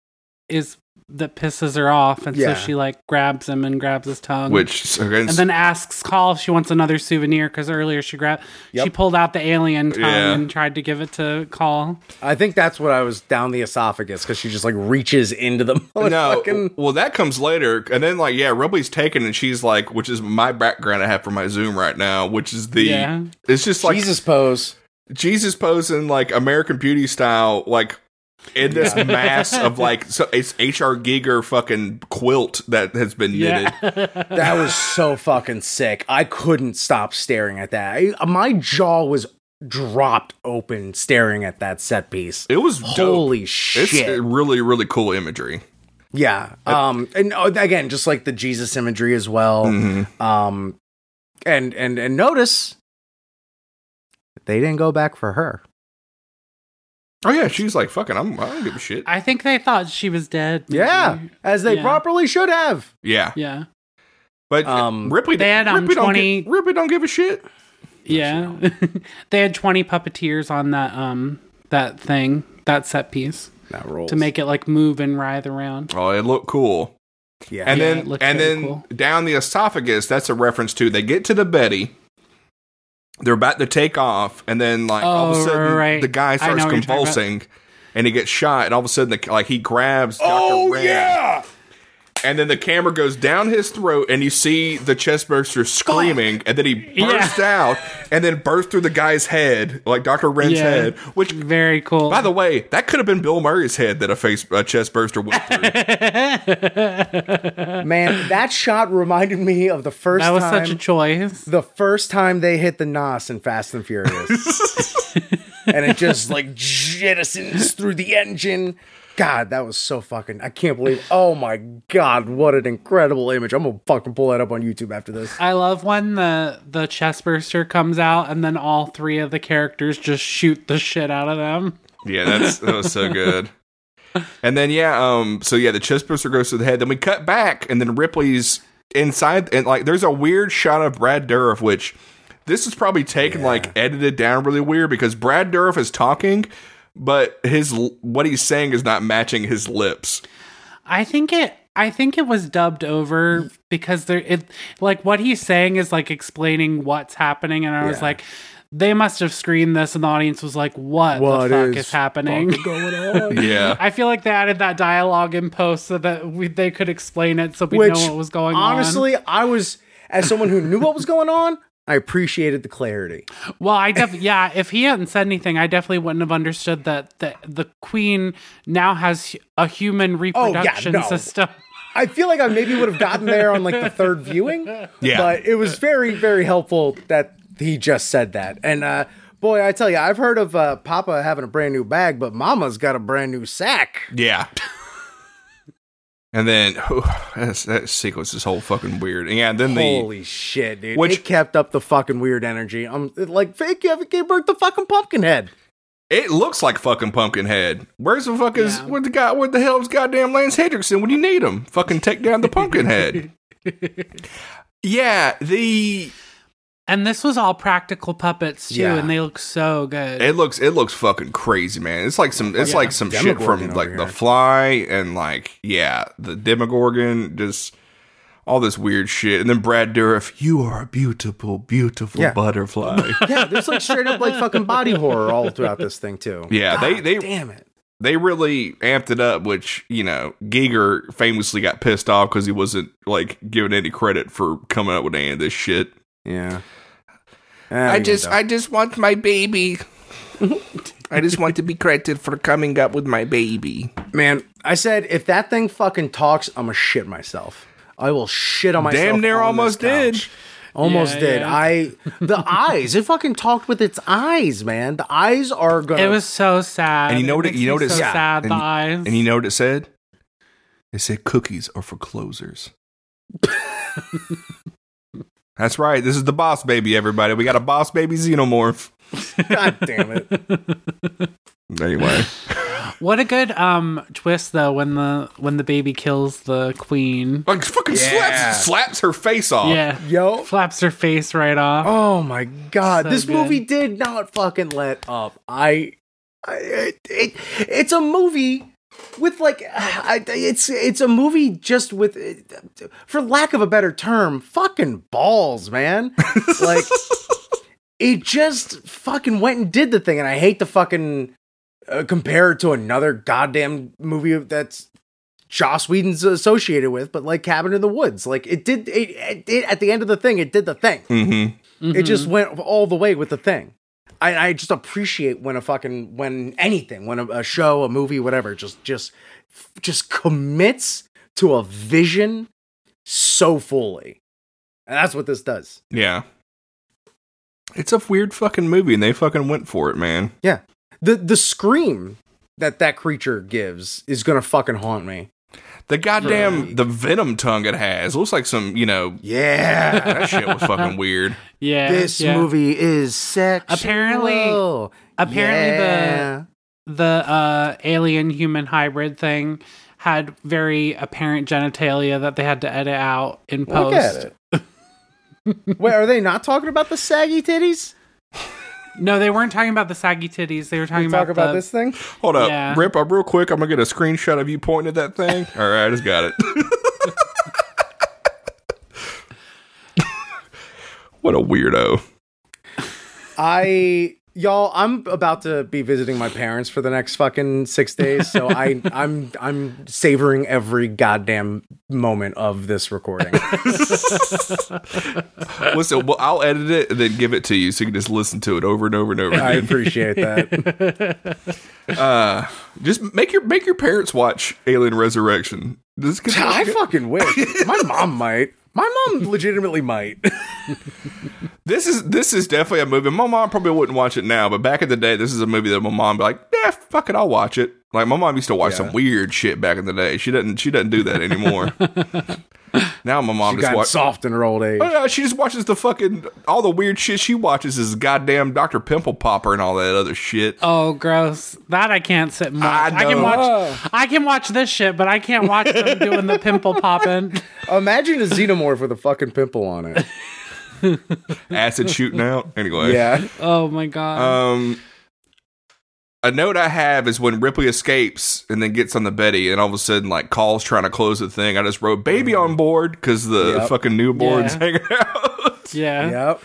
C: is that pisses her off, and
B: Yeah.
C: so she like grabs him and grabs his tongue,
A: Which
C: and
A: against,
C: then asks call if she wants another souvenir because earlier she grabbed she
B: Yep.
C: pulled out the alien tongue
A: Yeah.
C: and tried to give it to call.
B: I think that's what I was down the esophagus because she just like reaches into the
A: no,
B: motherfucking.
A: well that comes later, and then like yeah, Ripley's taken, and she's like, which is my background I have for my Zoom right now, which is the
C: Yeah.
A: it's just like
B: Jesus pose.
A: Jesus posing like American Beauty style, like in this mass of like so it's HR Giger fucking quilt that has been knitted.
B: That was so fucking sick. I couldn't stop staring at that. I- my jaw was dropped open staring at that set piece.
A: It was
B: Holy
A: dope. It's
B: shit.
A: really really cool imagery.
B: yeah. Um and uh, again, just like the Jesus imagery as well.
A: Mm-hmm.
B: Um and and and notice they didn't go back for her.
A: Oh yeah, she's like fucking. I'm, I don't give a shit.
C: I think they thought she was dead. maybe.
B: Yeah, as they
C: Mm-hmm. Yeah.
B: properly should have.
A: yeah,
C: yeah,
A: but
B: Um,
A: Ripley.
C: they had on
A: Ripley don't
C: 20
A: give- Ripley don't give a shit.
C: Yeah. they had 20 puppeteers on that um that thing, that set piece
B: That rolls.
C: to make it like move and writhe around.
A: Oh, it looked cool.
B: yeah.
A: And
C: Yeah, it
A: then
C: looked
A: and
C: really
A: then
C: cool.
A: down the esophagus. That's a reference to. They get to the Betty. They're about to take off, and then like all of a
C: Oh,
A: sudden,
C: right.
A: the guy
C: I
A: starts
C: know what you're talking about.
A: convulsing, and he gets shot. And all of a sudden, the, like he grabs.
B: oh
A: Dr. Ren,
B: yeah.
A: And then the camera goes down his throat, and you see the chest burster screaming, and then he bursts out, and then bursts through the guy's head, like Dr. Ren's
C: Yeah.
A: head. Which,
C: Very cool.
A: by the way, that could have been Bill Murray's head that a face a chest burster went through.
B: Man, that shot reminded me of the first
C: that was
B: time
C: such a choice.
B: the first time they hit the nos in Fast and Furious, and it just like jettisons through the engine. God, that was so fucking. I can't believe. Oh my god, what an incredible image! I'm gonna fucking pull that up on YouTube after this.
C: I love when the the chest burster comes out and then all three of the characters just shoot the shit out of them.
A: yeah, that's that was so good. And then yeah, um, so yeah, the chest burster goes through the head. Then we cut back, and then Ripley's inside, and like there's a weird shot of Brad Dourif, which this is probably taken like edited down really weird because Brad Dourif is talking. But his l- what he's saying is not matching his lips.
C: I think it I think it was dubbed over
B: Mm.
C: because there it like what he's saying is like explaining what's happening and I was
B: Yeah.
C: like they must have screamed this and the audience was like what,
B: What
C: the fuck is,
B: is
C: happening?
A: Yeah,
C: I feel like they added that dialogue in post so that we, they could explain it so we
B: Which
C: know what was going on.
B: honestly, I was as someone who knew what was going on. I appreciated the clarity.
C: Well, I def yeah. If he hadn't said anything, I definitely wouldn't have understood that the the queen now has hu- a human reproduction
B: Oh, no.
C: system.
B: I feel like I maybe would have gotten there on like the third viewing.
A: Yeah.
B: But it was very, very helpful that he just said that. And uh boy, I tell you, I've heard of uh Papa having a brand new bag, but Mama's got a brand new sack.
A: Yeah. and then that's, that sequence is whole fucking weird. And yeah, then the
B: Holy shit, dude.
A: Which-
B: it kept up the fucking weird energy. I'm it, like fake you haven't gave birth to fucking pumpkin head.
A: it looks like fucking Pumpkinhead. Where's the fuck is
C: Yeah.
A: where the guy where the hell is goddamn Lance Hendrickson when you need him? Fucking take down the Pumpkinhead. yeah, the
C: And this was all practical puppets too,
B: Yeah.
C: and they look so good.
A: it looks it looks fucking crazy, man. It's like some it's
C: Yeah.
A: like some shit
B: Demogorgon
A: from
B: over
A: like The
B: here.
A: Fly and like yeah, the Demogorgon just all this weird shit. And then Brad Dourif, you are a beautiful, beautiful
B: Yeah.
A: butterfly.
B: Yeah, there's like straight up like fucking body horror all throughout this thing too.
A: yeah, they they
B: Damn it.
A: they really amped it up, which you know Giger famously got pissed off because he wasn't like given any credit for coming up with any of this shit.
B: Yeah.
A: I just, I just want my baby. I just want to be credited for coming up with my baby.
B: Man, I said if that thing fucking talks, I'm gonna shit myself. I will shit on myself.
A: Damn near
B: on
A: almost
B: this couch.
A: did.
B: Almost
C: Yeah,
B: did.
C: yeah.
B: I the eyes. It fucking talked with its eyes, man. The eyes are gonna.
C: It was so sad.
A: And you know what it-
C: makes
A: you know what
C: me
A: it's-
C: so
A: Yeah.
C: sad.
A: And
C: the
A: you-
C: eyes.
A: And you know what it said? It said cookies are for closers. That's right. This is the boss baby, everybody. We got a boss baby xenomorph.
B: God damn it.
A: Anyway,
C: what a good um twist though when the when the baby kills the queen.
A: like fucking
B: Yeah.
A: slaps slaps her face off.
C: Yeah.
B: Yo.
C: Flaps her face right off.
B: Oh my god,
C: So
B: this
C: good.
B: movie did not fucking let up. I, I it, it, it's a movie with like I, it's it's a movie just with for lack of a better term, fucking balls, man. Like it just fucking went and did the thing and I hate to fucking uh, compare it to another goddamn movie that's Joss Whedon's associated with, but like Cabin in the Woods, like it did. It, it, it at the end of the thing, it did the thing.
A: Mm-hmm.
B: It just went all the way with the thing. I, I just appreciate when a fucking when anything, when a, a show, a movie, whatever, just just just commits to a vision so fully, and that's what this does.
A: Yeah. It's a weird fucking movie, and they fucking went for it, man.
B: The the scream that that creature gives is gonna fucking haunt me.
A: The goddamn
B: Right.
A: the venom tongue it has looks like some, you know,
B: Yeah,
A: that shit was fucking weird.
C: yeah.
B: this
C: yeah.
B: movie is sexual.
C: Apparently- apparently the-
B: Yeah.
C: the uh alien human hybrid thing had very apparent genitalia that they had to edit out in post.
B: Look at it. Wait, are they not talking about the saggy titties?
C: No, they weren't talking about the saggy titties. They were talking
B: Talk
C: about,
B: about
C: the,
B: this thing.
A: Hold up,
C: Yeah.
A: rip up real quick. I'm gonna get a screenshot of you pointing at that thing. All right, I just got it. what a weirdo.
B: I y'all, I'm about to be visiting my parents for the next fucking six days, so I I'm I'm savoring every goddamn moment of this recording.
A: Listen, well, I'll edit it and then give it to you so you can just listen to it over and over and over.
B: I
A: again.
B: appreciate that.
A: Uh, just make your make your parents watch Alien Resurrection. This could
B: I fucking wish. My mom might. My mom legitimately might.
A: This is this is definitely a movie. My mom probably wouldn't watch it now, but back in the day, this is a movie that my mom would be like, "Yeah, fuck it, I'll watch it." Like my mom used to watch
B: Yeah.
A: some weird shit back in the day. She doesn't she doesn't do that anymore. now my mom just
B: Got
A: watches.
B: soft in her old age.
A: she just watches the fucking all the weird shit she watches is goddamn Doctor Pimple Popper and all that other shit.
B: Uh,
C: Oh, gross! That I can't sit and watch.
A: I
C: I, can
A: know.
B: Oh.
C: watch. I can watch this shit, but I can't watch them doing the pimple popping.
B: Imagine a xenomorph with a fucking pimple on it.
A: Acid shooting out. Anyway,
B: Yeah.
C: Oh my
B: Uh,
C: god!
A: Um, a note I have is when Ripley escapes and then gets on the Betty, and all of a sudden, like, calls trying to close the thing. I just wrote baby on board because the
B: Yep.
A: fucking newborn's
C: Yeah.
A: hanging out.
C: yeah.
B: Yep.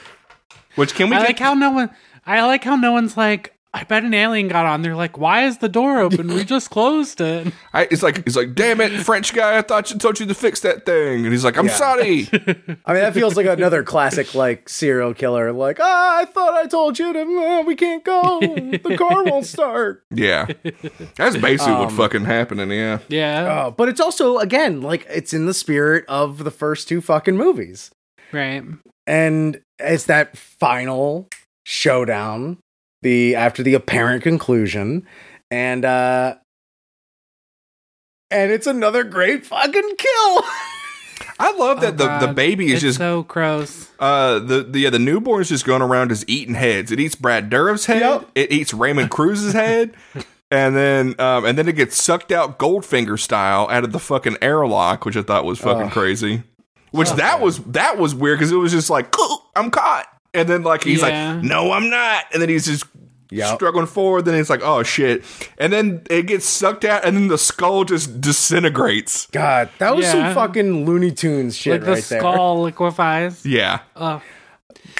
A: Which can we
C: I
A: get?
C: like how no one. I like how no one's like. I bet an alien got on. They're like, why is the door open? We just closed it.
A: I, it's like he's like, damn it, French guy! I thought you told you to fix that thing, and he's like, I'm sorry.
B: I mean, that feels like another classic, like serial killer. Like, ah, I thought I told you to. uh, we can't go. The car won't start.
A: yeah, that's basically what fucking happened. Yeah,
C: Yeah.
B: Uh, but it's also again like it's in the spirit of the first two fucking movies,
C: Right.
B: and it's that final showdown. The after the apparent conclusion, and uh, and it's another great fucking kill.
A: I love that
C: Oh,
A: the the
C: God.
A: baby is
C: It's
A: just
C: so gross.
A: Uh, the, the yeah, the newborn's just going around just eating heads. It eats Brad Dourif's head.
B: Yep.
A: It eats Raymond Cruz's head, and then um, and then it gets sucked out Goldfinger style out of the fucking airlock, which I thought was fucking
B: Ugh.
A: crazy. Which that was that was weird because it was just like "Oh, I'm caught, and then like he's
C: Yeah.
A: like no I'm not, and then he's just.
B: Yep.
A: Struggling forward, then it's like, oh shit, and then it gets sucked out, and then the skull just disintegrates.
B: God, that was some
C: Yeah.
B: fucking Looney Tunes shit
C: like the
B: right there.
C: skull liquefies.
A: Yeah,
C: Ugh.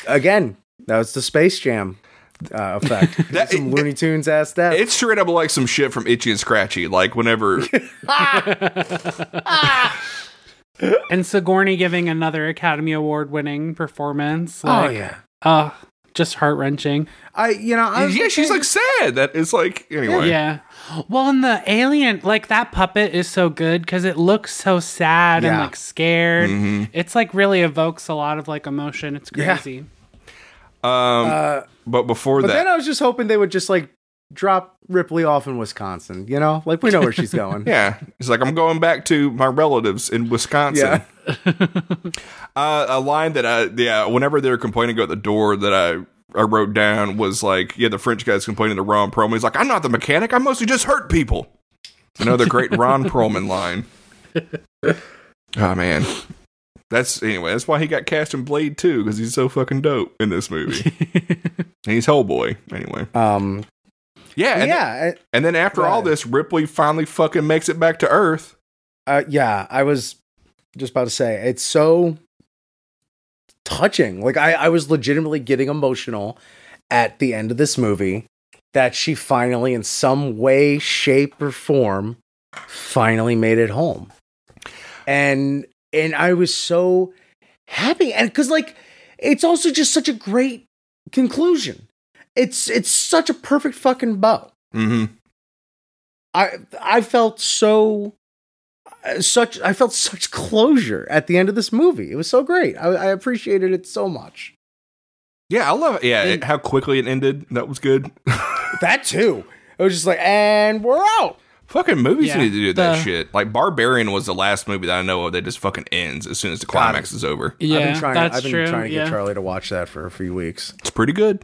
B: again, that was the Space Jam uh, effect.
A: That-
B: Some Looney Tunes ass that.
A: it's straight up like some shit from Itchy and Scratchy. Like whenever
C: And Sigourney giving another Academy Award winning performance.
B: oh
C: Like,
B: yeah,
C: ugh, just heart wrenching.
B: I you know I was
A: yeah, she's
B: thinking-
A: like sad. That it's like anyway.
C: Yeah. Well, and the alien, like that puppet is so good because it looks so sad and
B: Yeah. Mm-hmm.
C: like scared. It's like really evokes a lot of like emotion. It's
B: Yeah.
C: crazy.
A: Um,
B: uh,
A: but before
B: But
A: that,
B: then uh, I was just hoping they would just like drop Ripley off in Wisconsin. You know, like we know where she's going.
A: yeah, it's like I'm going back to my relatives in Wisconsin.
B: Yeah.
A: uh, a line that I yeah, whenever they were complaining about the door that I. I wrote down was like, yeah, the French guy's complaining to Ron Perlman. He's like, I'm not the mechanic. I mostly just hurt people. Another great Ron Perlman line. Oh man, that's anyway. That's why he got cast in Blade 2 because he's so fucking dope in this movie. and he's Hellboy anyway.
B: Um.
A: Yeah, and
B: yeah.
A: And then after
B: Go
A: all
B: ahead.
A: this, Ripley finally fucking makes it back to Earth.
B: I- uh, yeah. I was just about to say it's so touching. Like I, I was legitimately getting emotional at the end of this movie that she finally, in some way, shape, or form, finally made it home. And and I was so happy and cuz like it's also just such a great conclusion. It's it's such a perfect fucking bow.
A: Mm-hmm.
B: I I felt so uh, such I felt such closure at the end of this movie. It was so great. I, I appreciated it so much.
A: Yeah, I love it. Yeah,
B: And-
A: it- how quickly it ended. That was good.
B: That too. It was just like, and we're out.
A: fucking movies
C: Yeah,
A: need to do that
C: the-
A: shit. Like Barbarian was the last movie that I know of that just fucking ends as soon as the climax is over.
C: Yeah,
B: I've been trying.
C: that's
B: I've been
C: true.
B: trying to get
C: yeah.
B: Charlie to watch that for a few weeks.
A: It's pretty good.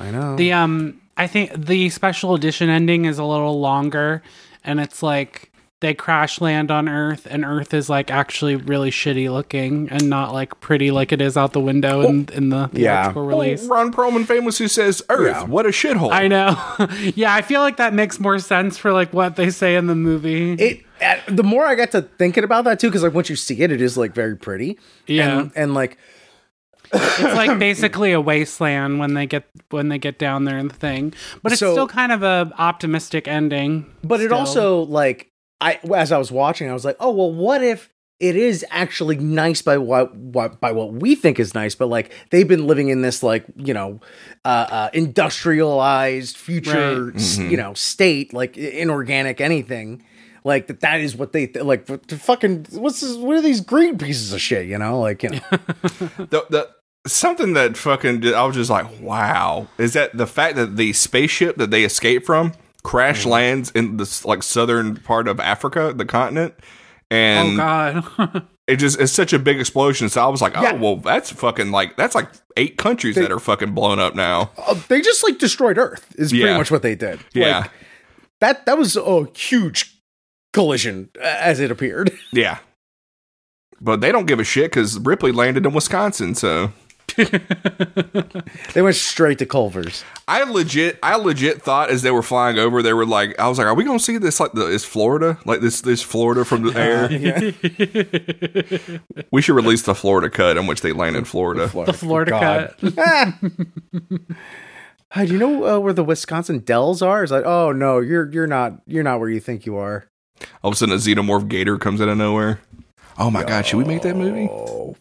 B: I know.
C: The um, I think the special edition ending is a little longer, and it's like they crash land on Earth, and Earth is like actually really shitty looking and not like pretty like it is out the window in, in the
B: Yeah.
C: theatrical
A: Well,
C: release.
A: Oh, Ron Perlman famously says, "Earth,
B: Yeah.
A: what a shithole."
C: I know. yeah, I feel like that makes more sense for like what they say in the movie.
B: it uh, the more I got to thinking about that too, because like once you see it, it is like very pretty.
C: Yeah.
B: and, and like
C: it's like basically a wasteland when they get when they get down there in the thing. But it's
B: So-
C: still kind of a optimistic ending.
B: But it
C: still.
B: also like I as I was watching, I was like, oh well, what if it is actually nice by what, what by what we think is nice, but like they've been living in this like you know uh, uh, industrialized future
C: Right.
A: Mm-hmm.
B: s- you know state like i- inorganic anything like that that is what they th- like what the fucking what's this, what are these green pieces of shit you know like you know
A: the, the something that fucking did, I was just like, wow, is that the fact that the spaceship that they escape from crash
C: Mm.
A: lands in this like southern part of Africa, the continent, and
C: Oh god.
A: it just it's such a big explosion. So I was like, oh
B: Yeah.
A: well, that's fucking like that's like eight countries that are fucking blown up now.
B: Uh, they just like destroyed Earth is
A: Yeah.
B: pretty much what they did
A: Yeah.
B: like, that that was a huge collision uh, as it appeared.
A: Yeah, but they don't give a shit because Ripley landed in Wisconsin. So
B: They went straight to Culver's.
A: I legit, I legit thought as they were flying over, they were like, I was like, are we gonna see this like the, is Florida like this this Florida from the air? We should release the Florida cut in which they land in Florida.
C: The Florida
B: God.
C: cut.
B: Hi, do you know uh, where the Wisconsin Dells are? It's like, oh no, you're you're not you're not where you think you are.
A: All of a sudden, a xenomorph gator comes out of nowhere. Oh my god! Should we make that movie?
B: Oh.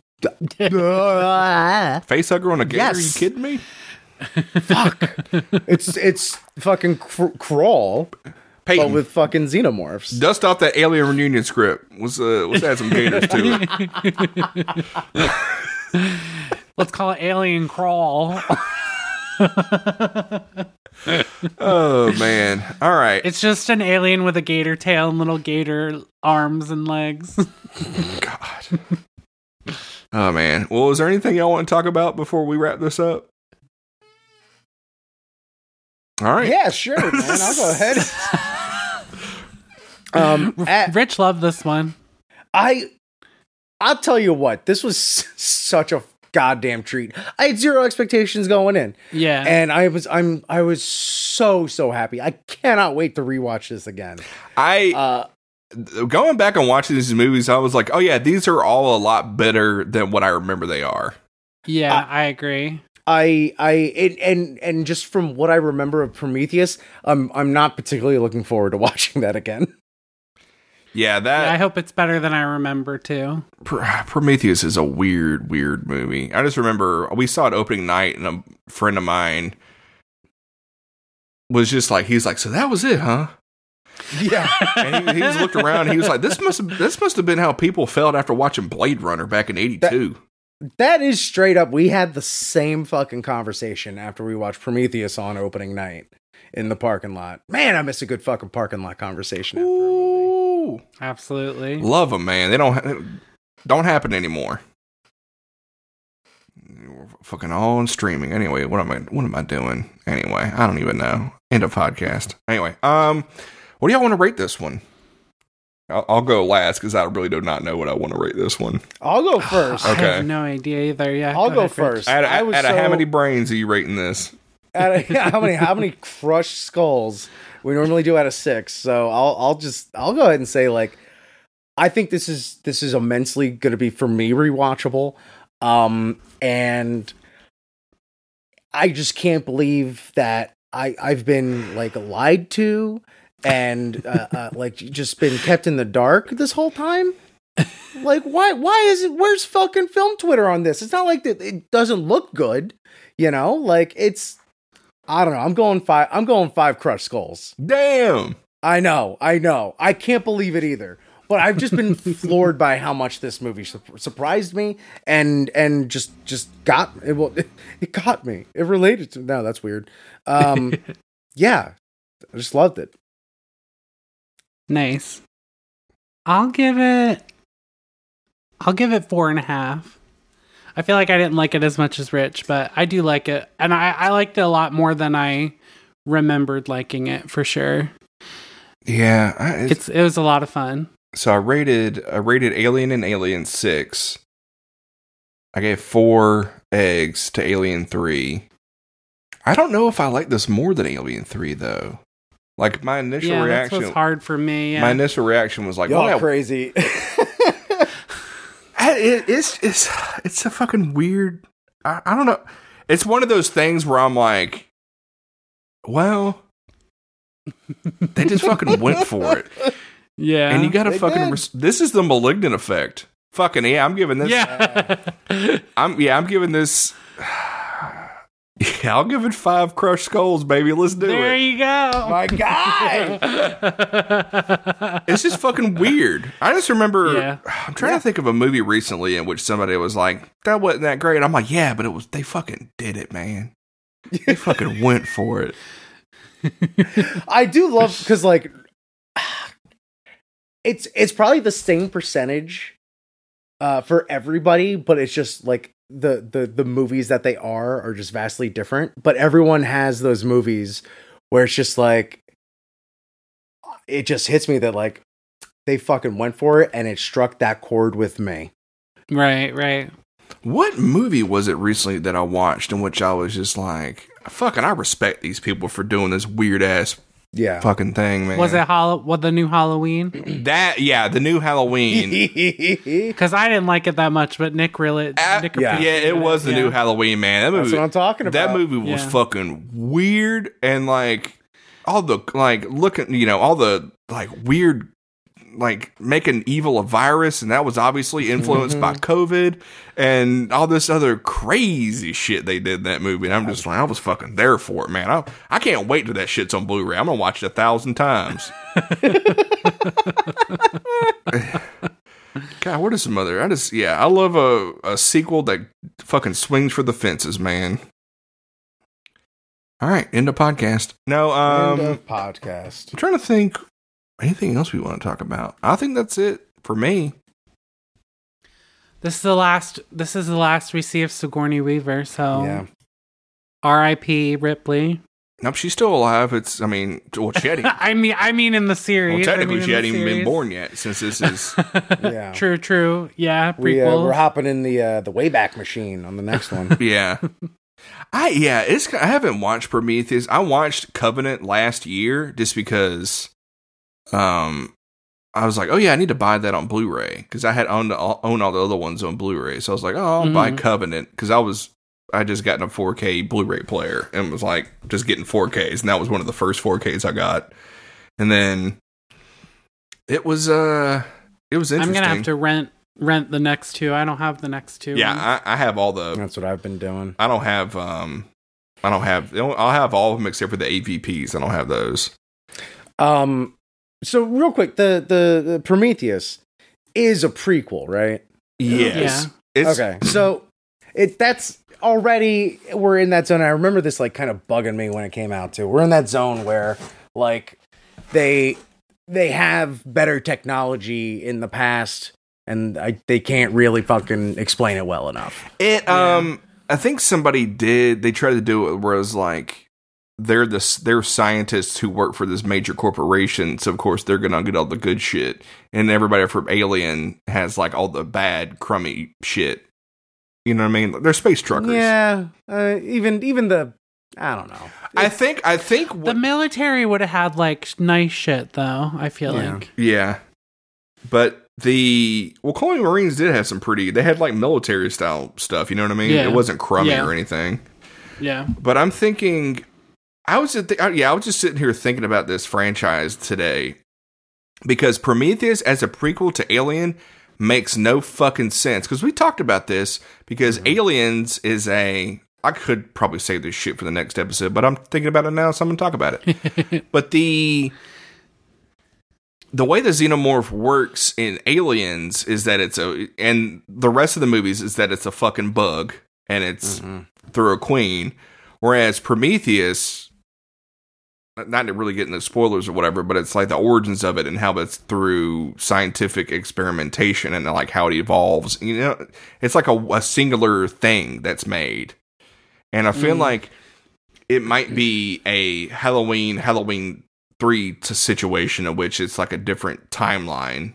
B: it's
A: Face hugger on a gator? Are you
B: Yes.
A: kidding me?
B: it's fucking cr- crawl, but
A: Peyton,
B: with fucking xenomorphs.
A: dust off that alien reunion script. Let's uh, let's add some gators to it.
C: Let's call it Alien Crawl.
A: Oh man! All right.
C: It's just an alien with a gator tail and little gator arms and legs.
A: God. oh man. Well, is there anything y'all want to talk about before we wrap this up? All right.
B: Yeah, sure, man. I'll go ahead. um, at-
C: Rich loved this one.
B: I, I'll tell you what. This was s- such a goddamn treat. I had zero expectations going in,
C: Yeah.
B: and I was I'm I was so so happy. I cannot wait to rewatch this again.
A: I
B: Uh,
A: going back and watching these movies, I was like, oh yeah, these are all a lot better than what I remember they are.
C: yeah,
A: uh,
C: I agree.
B: I I and, and and just from what I remember of Prometheus, I'm I'm not particularly looking forward to watching that again.
A: Yeah,
C: Yeah, I
A: that
C: hope it's better than I remember too.
A: Pr- Prometheus is a weird, weird movie. I just remember we saw it opening night, and a friend of mine was just like, he's like, so that was it, huh?
B: Yeah.
A: And he, he just looked around. And he was like, "This must this must have been how people felt after watching Blade Runner back in '82."
B: That is straight up. We had the same fucking conversation after we watched Prometheus on opening night in the parking lot. Man, I miss a good fucking parking lot conversation. After a movie.
A: Ooh,
C: Absolutely.
A: love them, man. They don't ha- don't happen anymore. We're fucking all on streaming. Anyway, what am I what am I doing? Anyway, I don't even know. End of podcast. Anyway, um, what do y'all want to rate this one? I'll, I'll go last because I really do not know what I want to rate this one.
B: I'll go first.
A: Okay.
C: I have no idea either. Yeah.
B: I'll go
C: ahead, Rich.
B: first.
A: Out of,
B: I was
A: out of how
B: so-
A: many brains are you rating this?
B: Out of- yeah, how many how many crushed skulls we normally do out of six? So I'll I'll just I'll go ahead and say like I think this is this is immensely going to be for me rewatchable, um, and I just can't believe that I I've been like lied to and uh, uh, like just been kept in the dark this whole time. Like why why is it where's fucking film Twitter on this? It's not like that it doesn't look good, you know. Like it's I don't know. I'm going five. I'm going five crushed skulls.
A: Damn.
B: I know, I know. I can't believe it either. But I've just been floored by how much this movie su- surprised me and and just just got it. Well, it got me. It related to no, that's weird. Um, yeah, I just loved it.
C: Nice. I'll give it. I'll give it four and a half. I feel like I didn't like it as much as Rich, but I do like it, and I, I liked it a lot more than I remembered liking it for sure.
A: Yeah, I, it's,
C: It's it was a lot of fun.
A: so I rated I rated Alien and Alien six. I gave four eggs to Alien three. I don't know if I like this more than Alien three though. Like my initial
C: yeah, that's
A: reaction,
C: what's hard for me. Yeah.
A: my initial reaction was like,
B: Y'all
A: wow,
B: crazy.
A: I- it- it's it's it's a fucking weird. I, I don't know. It's one of those things where I'm like, well, they just fucking went for it,
C: yeah,
A: and you got to
B: They
A: fucking.
B: did.
A: Res- this is the malignant effect. Fucking yeah, I'm giving this. Uh,
C: yeah.
A: I'm yeah, I'm giving this. Yeah, I'll give it five crushed skulls, baby. Let's do
C: there
A: it.
C: you go.
B: My God,
A: It's just fucking weird. I just remember.
C: Yeah.
A: I'm trying to think of a movie recently in which somebody was like, "That wasn't that great." I'm like, "Yeah, but it was." They fucking did it, man. They fucking went for it.
B: I do love because like it's it's probably the same percentage uh for everybody but it's just like the the the movies that they are are just vastly different but everyone has those movies where it's just like it just hits me that like they fucking went for it and it struck that chord with me
C: right, right.
A: What movie was it recently that I watched in which I was just like, "Fucking, I respect these people for doing this weird ass
B: Yeah.
A: fucking thing, man.
C: Was it Hall- well, the new Halloween?
A: that? Yeah, the new Halloween.
B: That's
C: Because I didn't like it that much, but Nick really.
A: Uh,
C: Nick
A: yeah.
C: appreciated
A: it was the new Halloween, man. That movie,
B: what I'm talking about.
A: That movie was
C: Yeah.
A: fucking weird and like all the like looking, you know, all the like weird like making evil a virus and that was obviously influenced by COVID and all this other crazy shit they did in that movie. And I'm just like, I was fucking there for it, man. I I can't wait till that shit's on Blu-ray. I'm gonna watch it a thousand times. God, what is the mother? I just yeah, I love a, a sequel that fucking swings for the fences, man. All right, end of podcast. No, um,
B: End of podcast.
A: I'm trying to think anything else we want to talk about. I think that's it for me.
C: This is the last. This is the last we see of Sigourney Weaver.
A: um,
C: So
B: Yeah.
C: R.I.P. Ripley.
A: Nope, she's still alive. It's I mean, well, she hadn't, well
C: I mean, I mean in the series. I
A: technically
C: mean
A: she
C: in
A: hadn't
C: the
A: even been
C: series.
A: born yet since this is.
B: Yeah.
C: True, true. Yeah,
B: We, uh, we're
C: prequel.
B: hopping in the uh, the Wayback Machine on the next one.
A: yeah. I yeah, it's I haven't watched Prometheus. I watched Covenant last year just because um I was like, "Oh yeah, I need to buy that on Blu-ray" cuz I had owned all, owned all the other ones on Blu-ray. So I was like, "Oh, I'll buy
C: Mhm.
A: Covenant" cuz I was I just gotten a 4K Blu-ray player and was like just getting 4Ks and that was one of the first 4Ks I got. And then it was uh it was
C: I'm
A: interesting.
C: gonna have to rent rent the next two. I don't have the next two. Mm.
A: Yeah, I, I have all the
B: That's what I've been doing.
A: I don't have um I don't have I'll have all of them except for the AVPs. I don't have those.
B: Um, so real quick, the the, the Prometheus is a prequel, right?
A: Yes. It's
B: okay, so it that's already we're in that zone. I remember this like kind of bugging me when it came out too. We're in that zone where like they they have better technology in the past, and I, they can't really fucking explain it well enough.
A: it um I think somebody did they tried to do it where it was like they're the s- they're scientists who work for this major corporation, so of course they're gonna get all the good shit, and everybody from Alien has like all the bad crummy shit. You know what I mean? They're space truckers.
B: Yeah, uh, even even the I don't know.
A: I think I think what,
C: The military would have had like sh- nice shit though, I feel
B: Yeah.
C: like.
A: Yeah. But the well, Colony Marines did have some pretty. They had like military style stuff. You know what I mean?
C: Yeah.
A: It wasn't crummy
C: Yeah.
A: or anything.
C: Yeah.
A: But I'm thinking, I was just th- yeah, I was just sitting here thinking about this franchise today because Prometheus as a prequel to Alien makes no fucking sense because we talked about this because
C: Mm-hmm.
A: Aliens is a I could probably save this shit for the next episode, but I'm thinking about it now, so I'm gonna talk about it. but the the way the xenomorph works in Aliens is that it's a and the rest of the movies is that it's a fucking bug and it's through a queen, whereas Prometheus not to really get into spoilers or whatever, but it's like the origins of it and how it's through scientific experimentation and like how it evolves. You know, it's like a, a singular thing that's made. And I feel like it might be a Halloween, Halloween 3 to situation in which it's like a different timeline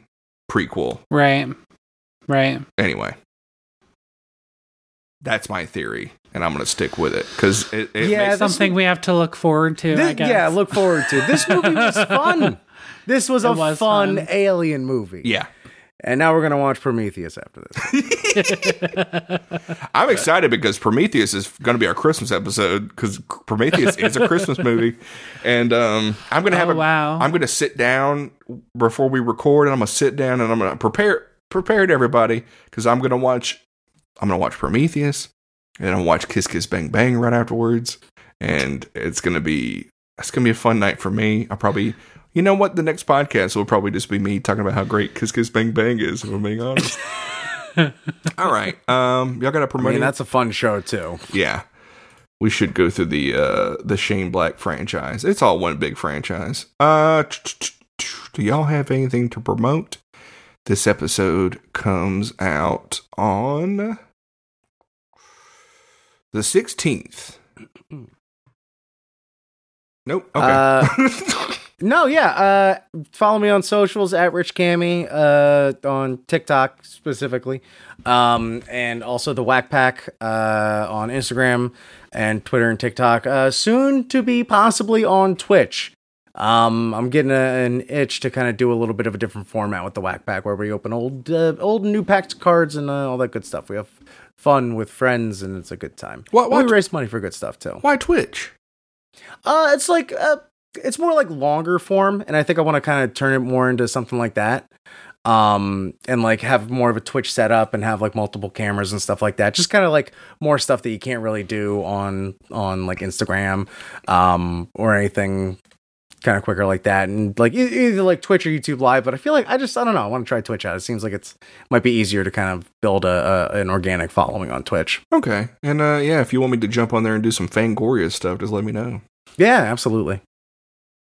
A: prequel.
C: Right. Right.
A: Anyway, that's my theory. And I'm going to stick with it because it, it
B: Yeah,
A: makes
B: this-
C: Something we have to look forward to, I
B: Thi-
C: guess.
B: yeah, look forward to. This movie was fun. This was
C: It
B: a
C: was
B: fun,
C: fun.
B: alien movie.
A: yeah.
B: And now we're going to watch Prometheus after this.
A: I'm excited because Prometheus is going to be our Christmas episode because Prometheus is a Christmas movie, and um, I'm going to have
C: Oh,
A: a.
C: wow.
A: am going to sit down before we record, and I'm going to sit down and I'm going to prepare prepared everybody because I'm going to watch. I'm going to watch Prometheus, and I'm going to watch Kiss Kiss Bang Bang right afterwards, and it's going to be it's going to be a fun night for me. I'll probably. You know what? The next podcast will probably just be me talking about how great Kiss Kiss Bang Bang is. If I'm being honest. All right, um, y'all got to
B: I
A: promote.
B: mean, that's a fun show, too.
A: Yeah. We should go through the uh the Shane Black franchise. It's all one big franchise. Uh do y'all have anything to promote? This episode comes out on the 16th. Nope. Okay.
B: Uh, No, yeah. Uh, follow me on socials at Rich Cammy, uh, on TikTok specifically, um, and also the Whack Pack uh, on Instagram and Twitter and TikTok. Uh, soon to be possibly on Twitch. Um, I'm getting a, an itch to kind of do a little bit of a different format with the Whack Pack, where we open old, uh, old, and new packs, cards, and uh, all that good stuff. We have fun with friends, and it's a good time.
A: Why-
B: But
A: why
B: we
A: t-
B: raise money for good stuff too.
A: Why Twitch?
B: Uh, it's like uh, it's more like longer form, and I think I want to kind of turn it more into something like that. Um, and like have more of a Twitch setup and have like multiple cameras and stuff like that. Just kind of like more stuff that you can't really do on on like Instagram, um, or anything kind of quicker like that. And like e- either like Twitch or YouTube Live. But I feel like I just I don't know. I want to try Twitch out. It seems like it's might be easier to kind of build a, a an organic following on Twitch.
A: Okay. And uh, yeah, if you want me to jump on there and do some Fangoria stuff, just let me know.
B: Yeah, absolutely.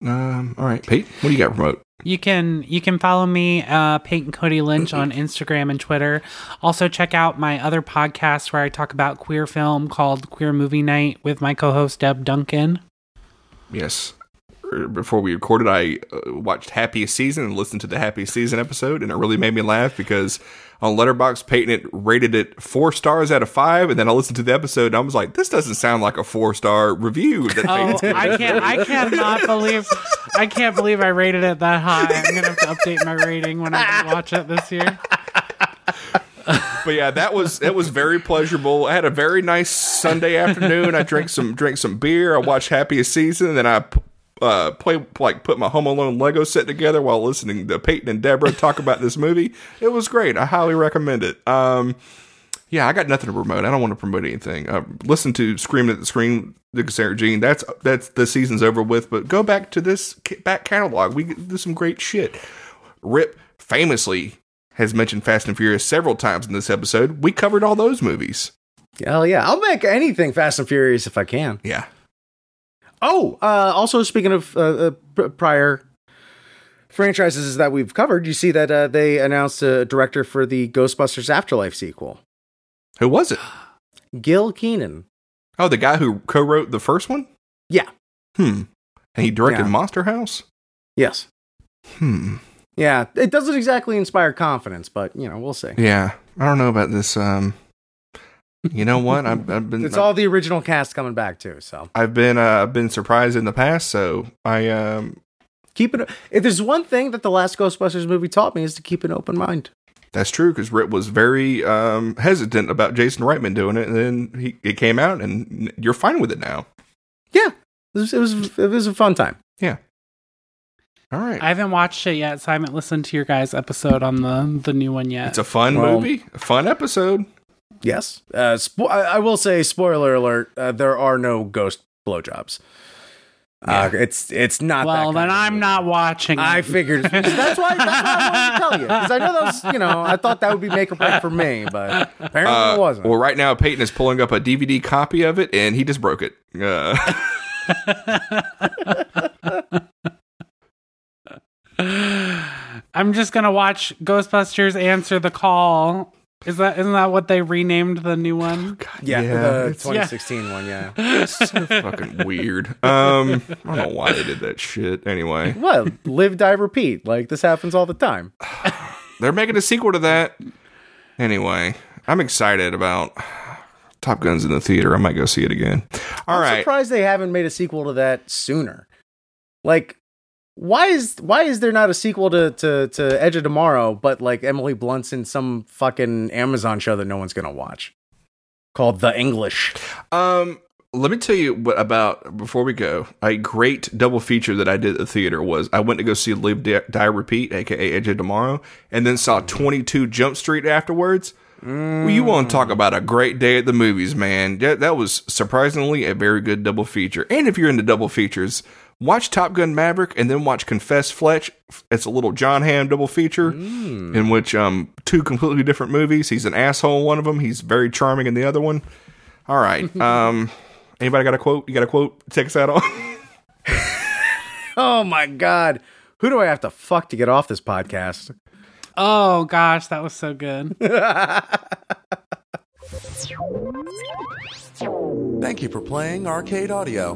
A: Um, all right, Pete, what do you got to promote?
C: You can you can follow me, uh, Peyton Cody Lynch on Instagram and Twitter. Also check out my other podcast where I talk about queer film called Queer Movie Night with my co-host Deb Duncan.
A: Yes. Er, Before we recorded, I uh, watched Happiest Season and listened to the Happiest Season episode, and it really made me laugh because on Letterbox, Peyton had rated it four stars out of five, and then I listened to the episode and I was like, "This doesn't sound like a four star review." That
C: Oh,
A: Peyton's given
C: I
A: us."
C: can't I cannot believe I can't believe I rated it that high. I'm gonna have to update my rating when I watch it this year.
A: But yeah, that was it was very pleasurable. I had a very nice Sunday afternoon. I drank some drank some beer. I watched Happiest Season. Then I uh, play like put my Home Alone Lego set together while listening to Peyton and Deborah talk about this movie. It was great. I highly recommend it. Um, yeah, I got nothing to promote. I don't want to promote anything. Uh, listen to Screaming at the Screen, the Sarah Jean. That's that's the season's over with. But go back to this ca- back catalog. We get- there's some great shit. Rip famously has mentioned Fast and Furious several times in this episode. We covered all those movies.
B: Hell yeah! I'll make anything Fast and Furious if I can.
A: Yeah.
B: Oh, uh, also speaking of uh, uh, pr- prior franchises that we've covered, you see that uh, they announced a director for the Ghostbusters Afterlife sequel,
A: Who was it?
B: Gil Keenan.
A: Oh, the guy who co-wrote the first one.
B: Yeah.
A: Hmm. And he directed
B: Yeah.
A: Monster House.
B: Yes.
A: Hmm.
B: Yeah, it doesn't exactly inspire confidence, but you know we'll see.
A: Yeah. I don't know about this. Um. You know what? I've, I've been.
B: It's all the original cast coming back too, so
A: I've been uh, I've been surprised in the past, so I um
B: keep it. If there's one thing that the last Ghostbusters movie taught me is to keep an open mind.
A: that's true because Rip was very um hesitant about Jason Reitman doing it, and then he it came out, and you're fine with it now.
B: Yeah, it was it was, it was a fun time.
A: All right,
C: I haven't watched it yet, so I haven't listened to your guys' episode on the the new one yet.
A: it's a fun
B: Well-
A: movie, a fun episode.
B: Yes. Uh, spo- I, I will say, spoiler alert: uh, there are no ghost blowjobs. Uh, it's it's not. that
C: well,
B: kind
C: then
B: of
C: I'm
B: movie.
C: not watching.
B: I
C: it.
B: figured that's why. That's why I wanted to tell you because I know that was you know I thought that would be make or break for me, but apparently
A: Uh,
B: it wasn't.
A: well, right now Peyton is pulling up a DVD copy of it, and he just broke it. Uh,
C: I'm just gonna watch Ghostbusters Answer the Call. Is that isn't that what they renamed the new one?
B: yeah, the
A: it's
B: 2016 one. Yeah.
A: so fucking weird. Um, I don't know why they did that shit. Anyway,
B: Well, live, die, repeat. Like this happens all the time.
A: They're making a sequel to that. Anyway, I'm excited about Top Gun's in the theater. I might go see it again. All
B: I'm
A: right.
B: surprised they haven't made a sequel to that sooner. Like, why is why is there not a sequel to to, to Edge of Tomorrow, but like Emily Blunt's in some fucking Amazon show that no one's gonna watch called The English?
A: Um, let me tell you what about before we go. A great double feature that I did at the theater was I went to go see Live Die, Die Repeat, aka Edge of Tomorrow, and then saw 22 Jump Street afterwards. Well, you want to talk about a great day at the movies, man. That, that was surprisingly a very good double feature. And if you're into double features, watch Top Gun Maverick and then watch Confess Fletch. It's a little John Hamm double feature in which um two completely different movies. He's an asshole in one of them. He's very charming in the other one. All right. Um anybody got a quote? You got a quote? to Take us out on.
B: Oh my god, who do I have to fuck to get off this podcast?
C: Oh gosh, that was so good.
D: Thank you for playing Arcade Audio.